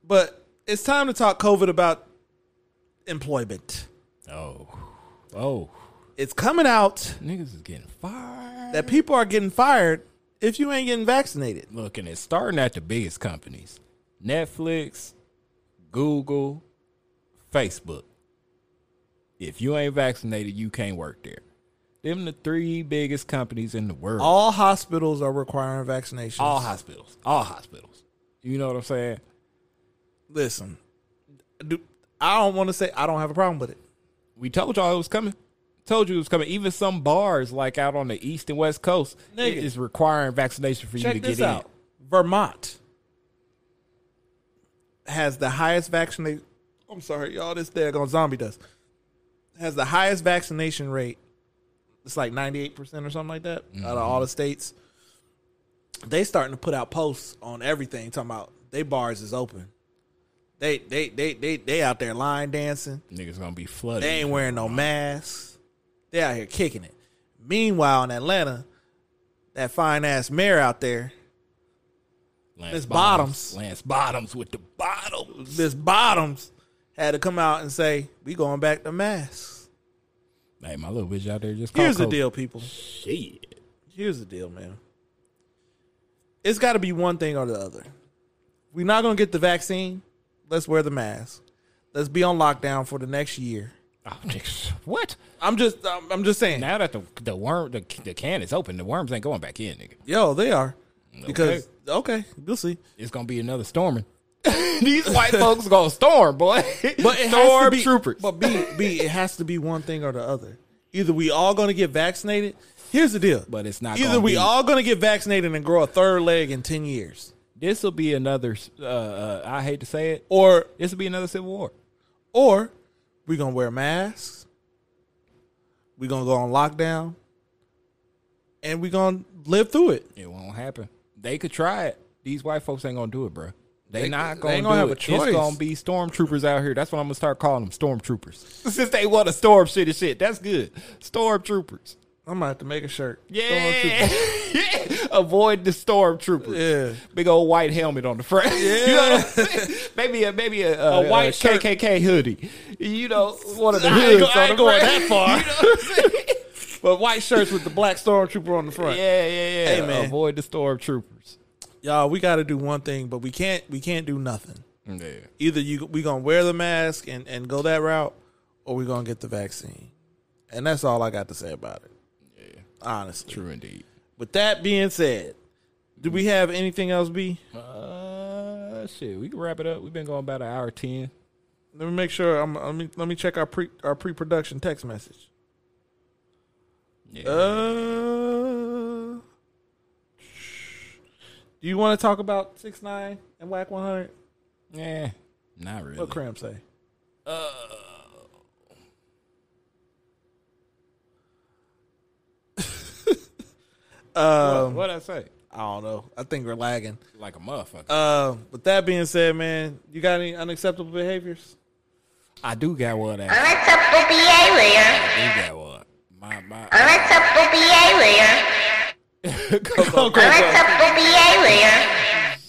S10: but it's time to talk COVID about employment.
S6: Oh. Oh.
S10: It's coming out
S6: Niggas is getting fired.
S10: that people are getting fired if you ain't getting vaccinated.
S6: Look, and it's starting at the biggest companies. Netflix, Google, Facebook. If you ain't vaccinated, you can't work there. Them the three biggest companies in the world.
S10: All hospitals are requiring vaccinations.
S6: All hospitals. All hospitals. You know what I'm saying?
S10: Listen, do, I don't want to say I don't have a problem with it.
S6: We told y'all it was coming. Told you it was coming. Even some bars, like out on the east and west coast,
S10: Nigga.
S6: it is requiring vaccination for
S10: Check
S6: you to
S10: this
S6: get
S10: out. Vermont has the highest vaccination. I'm sorry, y'all. This daggone zombie dust has the highest vaccination rate. It's like 98 percent or something like that out of
S6: Mm-hmm.
S10: all the states. They starting to put out posts on everything talking about they bars is open. They they they they they out there line dancing.
S6: in. Niggas gonna be flooded.
S10: They ain't wearing no masks. They out here kicking it. Meanwhile, in Atlanta, that fine ass mayor out there,
S6: Lance
S10: Miss Bottoms.
S6: Lance Bottoms with the bottoms.
S10: Miss Bottoms, had to come out and say, "We going back to masks."
S6: Hey, my little bitch out there just caught
S10: Here's the
S6: COVID.
S10: deal, people.
S6: Shit.
S10: Here's the deal, man. It's got to be one thing or the other. We're not gonna get the vaccine. Let's wear the mask. Let's be on lockdown for the next year.
S6: Oh, niggas. what?
S10: I'm just, I'm I'm just saying.
S6: Now that the the worm the, the can is open, the worms ain't going back in, nigga.
S10: Yo, they are because okay, we'll see.
S6: It's gonna be another storming. These white folks gonna storm, boy.
S10: But it has to
S6: storm
S10: be,
S6: troopers.
S10: But B, B, it has to be one thing or the other. Either we all gonna get vaccinated. Here's the deal.
S6: But it's not
S10: Either
S6: gonna
S10: we
S6: be-
S10: all gonna get vaccinated and grow a third leg in ten years,
S6: This will be another. Uh, uh, I hate to say it.
S10: or
S6: This will be another civil war.
S10: or we gonna wear masks. We gonna go on lockdown, and we gonna live through it.
S6: It won't happen. They could try it. These white folks ain't gonna do it, bro. They,
S10: They-
S6: not
S10: they
S6: gonna,
S10: ain't
S6: do
S10: gonna have
S6: it.
S10: a choice.
S6: It's gonna be stormtroopers out here. That's what I'm gonna start calling them stormtroopers. Since they want to storm shit and shit, that's good. Stormtroopers.
S10: I'm gonna have to make a shirt.
S6: Yeah. Avoid the stormtroopers.
S10: Yeah.
S6: Big old white helmet on the front. you know what I'm saying? Maybe a maybe a, a,
S10: white
S6: white
S10: shirt.
S6: KKK hoodie. You know, one of the
S10: I ain't
S6: hoods
S10: go- I
S6: on
S10: ain't
S6: the
S10: going
S6: front.
S10: that far.
S6: you know what I'm saying?
S10: But white shirts with the black stormtrooper on the front.
S6: Yeah, yeah, yeah.
S10: Hey, man.
S6: Avoid the stormtroopers.
S10: Y'all, we got to do one thing, but we can't. We can't do nothing.
S6: Yeah.
S10: either you we gonna wear the mask and, and go that route, or we gonna get the vaccine. And that's all I got to say about it. Yeah. Honestly.
S6: True indeed.
S10: With that being said, do we have anything else, B?
S6: Uh, shit, we can wrap it up. We've been going about an hour ten.
S10: Let me make sure. I'm, let me let me check our pre our pre production text message.
S6: Yeah.
S10: Uh, do you want to talk about six nine and whack one hundred?
S6: yeah, Eh, not really.
S10: What Cram say?
S6: what I say?
S10: I don't know. I think we're lagging
S6: like a motherfucker.
S10: Uh, with that being said, man, you got any unacceptable behaviors?
S6: I do got one. Actually.
S12: Unacceptable behavior.
S6: I do got one. My my.
S12: Unacceptable behavior. Unacceptable behavior.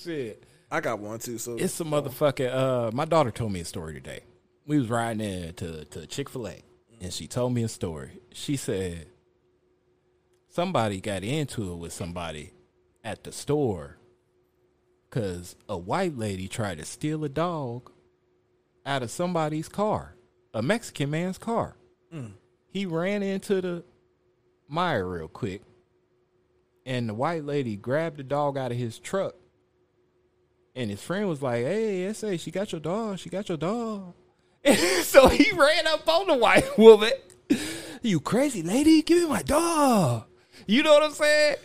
S6: Shit.
S10: I got one too. So
S6: It's a motherfucking. Uh, my daughter told me a story today. We was riding in to to Chick Fil A, and she told me a story. She said somebody got into it with somebody at the store because a white lady tried to steal a dog out of somebody's car, a Mexican man's car.
S10: Mm.
S6: He ran into the mire real quick, and the white lady grabbed the dog out of his truck. And his friend was like, "Hey, SA, she got your dog. She got your dog." so he ran up on the white woman. You crazy lady, give me my dog. You know what I'm saying?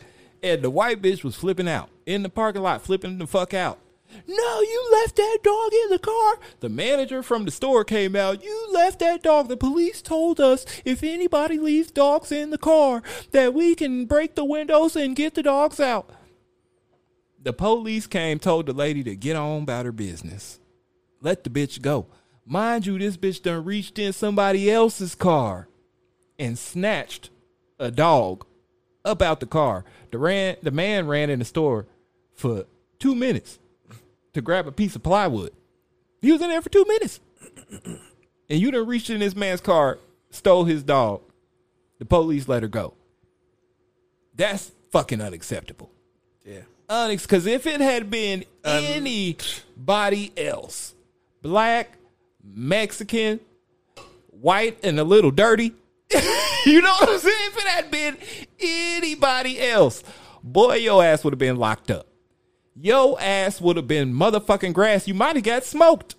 S6: And the white bitch was flipping out in the parking lot, flipping the fuck out. No, you left that dog in the car. The manager from the store came out. You left that dog. The police told us if anybody leaves dogs in the car, that we can break the windows and get the dogs out. The police came, told the lady to get on about her business. Let the bitch go. Mind you, this bitch done reached in somebody else's car and snatched a dog up out the car. The ran the man ran in the store for two minutes to grab a piece of plywood. He was in there for two minutes. and you done reached in this man's car, stole his dog. The police let her go. That's fucking unacceptable.
S10: Yeah.
S6: Onyx, because if it had been anybody else, black, Mexican, white, and a little dirty, you know what I'm saying? If it had been anybody else, boy, your ass would have been locked up. Your ass would have been motherfucking grass. You might have got smoked.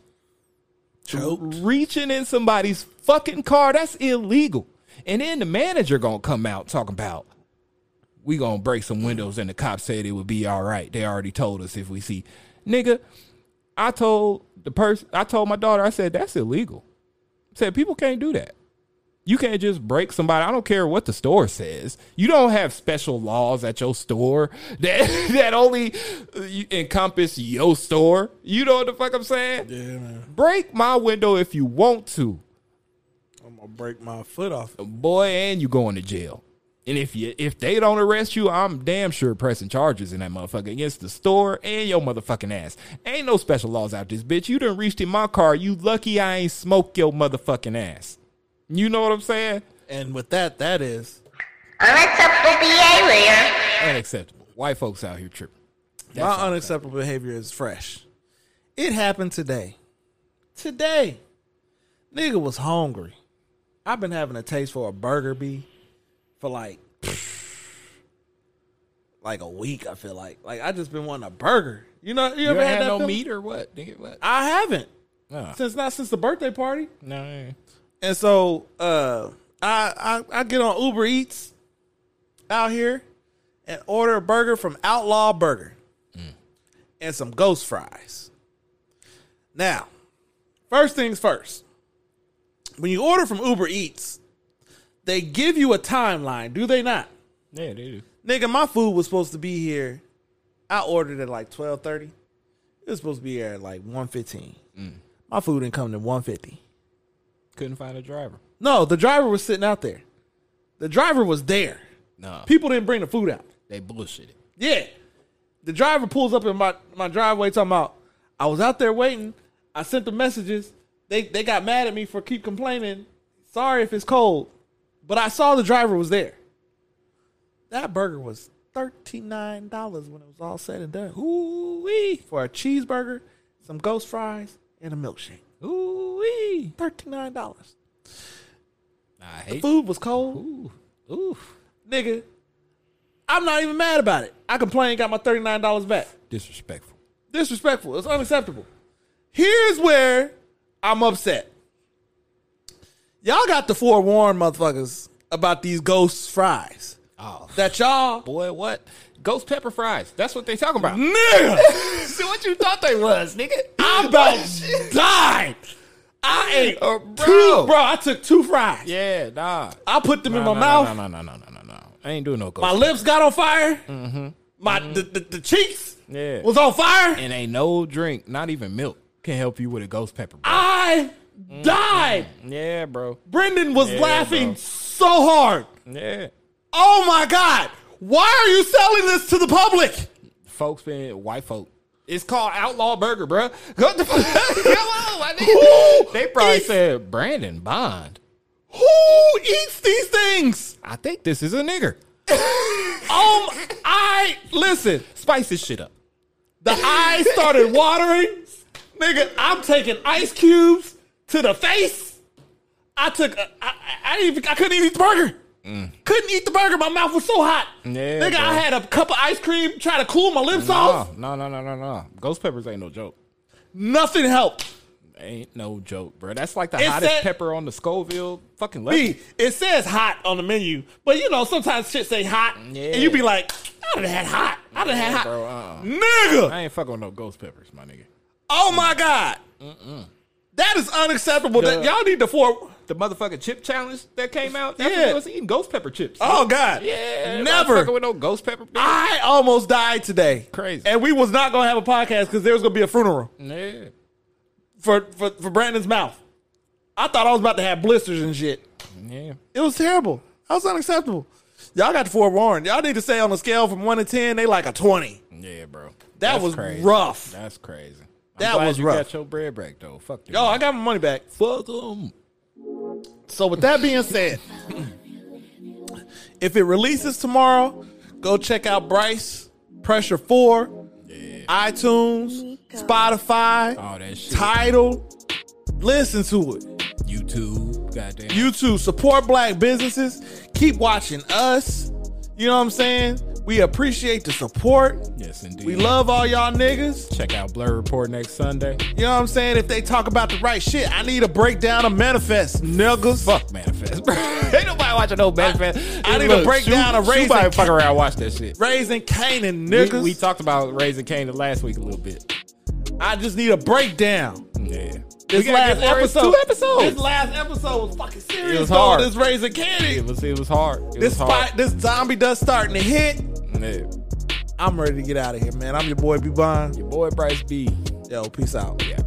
S6: Reaching in somebody's fucking car, that's illegal. And then the manager gonna come out talking about we gonna break some windows and the cops said it would be all right. They already told us if we see nigga. I told the person I told my daughter, I said, that's illegal. I said people can't do that. You can't just break somebody. I don't care what the store says. You don't have special laws at your store that that only uh, you- encompass your store. You know what the fuck I'm saying?
S10: Yeah, man.
S6: Break my window if you want to,
S10: I'm gonna break my foot off.
S6: boy, and you going to jail. And if you if they don't arrest you, I'm damn sure pressing charges in that motherfucker against the store and your motherfucking ass. Ain't no special laws out this bitch. You done reached in my car. You lucky I ain't smoked your motherfucking ass. You know what I'm saying?
S10: And with that, that is
S12: Unacceptable behavior.
S6: unacceptable. White folks out here tripping.
S10: my unacceptable behavior is fresh. It happened today. Today, nigga was hungry. I've been having a taste for a burger bee for like like a week. I feel like like I just been wanting a burger. You know, you,
S6: You
S10: ever
S6: ain't
S10: had,
S6: had
S10: that
S6: no
S10: feeling?
S6: meat or what? Nigga, what?
S10: I haven't
S6: Nah.
S10: since not since the birthday party.
S6: No.
S10: And so uh I, I I get on Uber Eats out here and order a burger from Outlaw Burger and some ghost fries. Now, first things first. When you order from Uber Eats, they give you a timeline, do they not?
S6: Yeah, they do.
S10: Nigga, my food was supposed to be here. I ordered at like 12:30. It was supposed to be here at like 1:15. My food didn't come to 1:50.
S6: Couldn't find a driver.
S10: No, the driver was sitting out there. The driver was there.
S6: No.
S10: People didn't bring the food out.
S6: They bullshitted.
S10: Yeah. The driver pulls up in my, my driveway talking about, I was out there waiting. I sent the messages. They they got mad at me for keep complaining. Sorry if it's cold. But I saw the driver was there. That burger was $39 when it was all said and done. Ooh wee. For a cheeseburger, some ghost fries, and a milkshake.
S6: Ooh wee.
S10: $39.
S6: I
S10: The
S6: hate
S10: food was cold.
S6: Ooh.
S10: nigga, I'm not even mad about it. I complained, got my $39 back.
S6: Disrespectful.
S10: Disrespectful. It's unacceptable. Here's where I'm upset. Y'all got to forewarn motherfuckers about these ghost fries.
S6: Oh.
S10: That y'all,
S6: Boy, what? Ghost pepper fries. That's what they talking about.
S10: nigga,
S6: See what you thought they was, nigga.
S10: I'm about to die. I ate bro.
S6: Uh, bro.
S10: two, bro. I took two fries.
S6: Yeah, nah.
S10: I put them in
S6: Nah,
S10: my
S6: nah,
S10: mouth.
S6: nah, nah, nah, nah, nah, nah, nah. I ain't doing no ghost.
S10: My lips got on fire. My the, the, the cheeks
S6: yeah.
S10: was on fire.
S6: And ain't no drink, not even milk, can help you with a ghost pepper. bro.
S10: I died.
S6: Yeah, bro.
S10: Brendan was
S6: Yeah,
S10: laughing
S6: bro.
S10: so hard.
S6: Yeah.
S10: Oh my god! Why are you selling this to the public?
S6: Folks been white folk. It's called Outlaw Burger, bro. What the fuck?
S10: Who
S6: They probably
S10: eats,
S6: said Brandon Bond.
S10: who eats these things?
S6: I think this is a nigger.
S10: Oh, my- I listen.
S6: Spice this shit up.
S10: The eyes started watering. Nigga, I'm taking ice cubes to the face. I took. a- I, I, I didn't even. I couldn't even eat the burger. Couldn't eat the burger. My mouth was so hot.
S6: Yeah,
S10: Nigga,
S6: bro.
S10: I had a cup of ice cream. Try to cool my lips off.
S6: No, no, no, no, no, no. Ghost peppers ain't no joke.
S10: Nothing helped.
S6: Ain't no joke, bro. That's like the
S10: It
S6: hottest
S10: said-
S6: pepper on the Scoville fucking list.
S10: B, it says hot on the menu, but you know sometimes shit say hot,
S6: Yeah.
S10: and you be like, I done had hot, I done had hot,
S6: bro. Uh-uh.
S10: nigga.
S6: I ain't fucking with no ghost peppers, my nigga.
S10: Oh my god, That is unacceptable. That
S6: The-
S10: y'all need to for.
S6: The motherfucking chip challenge that came out. That's
S10: Yeah.
S6: when they was eating ghost pepper chips.
S10: Oh god,
S6: yeah,
S10: never.
S6: fucking with no ghost pepper.
S10: I almost died today,
S6: Crazy.
S10: and we was not gonna have a podcast because there was gonna be a funeral
S6: Yeah,
S10: for, for for Brandon's mouth. I thought I was about to have blisters and shit.
S6: yeah.
S10: It was terrible. That was unacceptable. Y'all got to forewarn. Y'all need to say on a scale from one to ten, they like a twenty.
S6: Yeah, bro.
S10: That was rough.
S6: That's crazy. I'm
S10: That
S6: glad
S10: was
S6: you
S10: rough.
S6: Got your bread back though. Fuck them.
S10: Yo, I got my money back.
S6: Fuck them.
S10: So with that being said, if it releases tomorrow, go check out Bryce Pressure Four, iTunes, Spotify,
S6: All that shit.
S10: Title. Listen to it.
S6: YouTube. Goddamn.
S10: YouTube support black businesses. Keep watching us. You know what I'm saying? We appreciate the support.
S6: yes, indeed.
S10: We love all y'all niggas.
S6: Check out Blur Report next Sunday.
S10: You know what I'm saying? If they talk about the right shit, I need a breakdown of manifest, niggas.
S6: Fuck manifest, bro. ain't nobody watching no manifest.
S10: I need to break down a raising
S6: Everybody fuck
S10: Ca-
S6: around. and Watch that shit.
S10: Raising Canaan,
S6: We,
S10: niggas.
S6: we talked about raising Canaan last week a little bit.
S10: I just need a breakdown.
S6: Yeah.
S10: This last episode,
S6: two episodes.
S10: This last episode was fucking serious.
S6: was
S10: though.
S6: hard.
S10: This raising candy.
S6: It was it was hard. It
S10: This
S6: was hard.
S10: fight, this zombie dust starting to hit.
S6: Yeah.
S10: I'm ready to get out of here, man. I'm your boy B Bond.
S6: Your boy Bryce B.
S10: Yo, peace out.
S6: Yeah.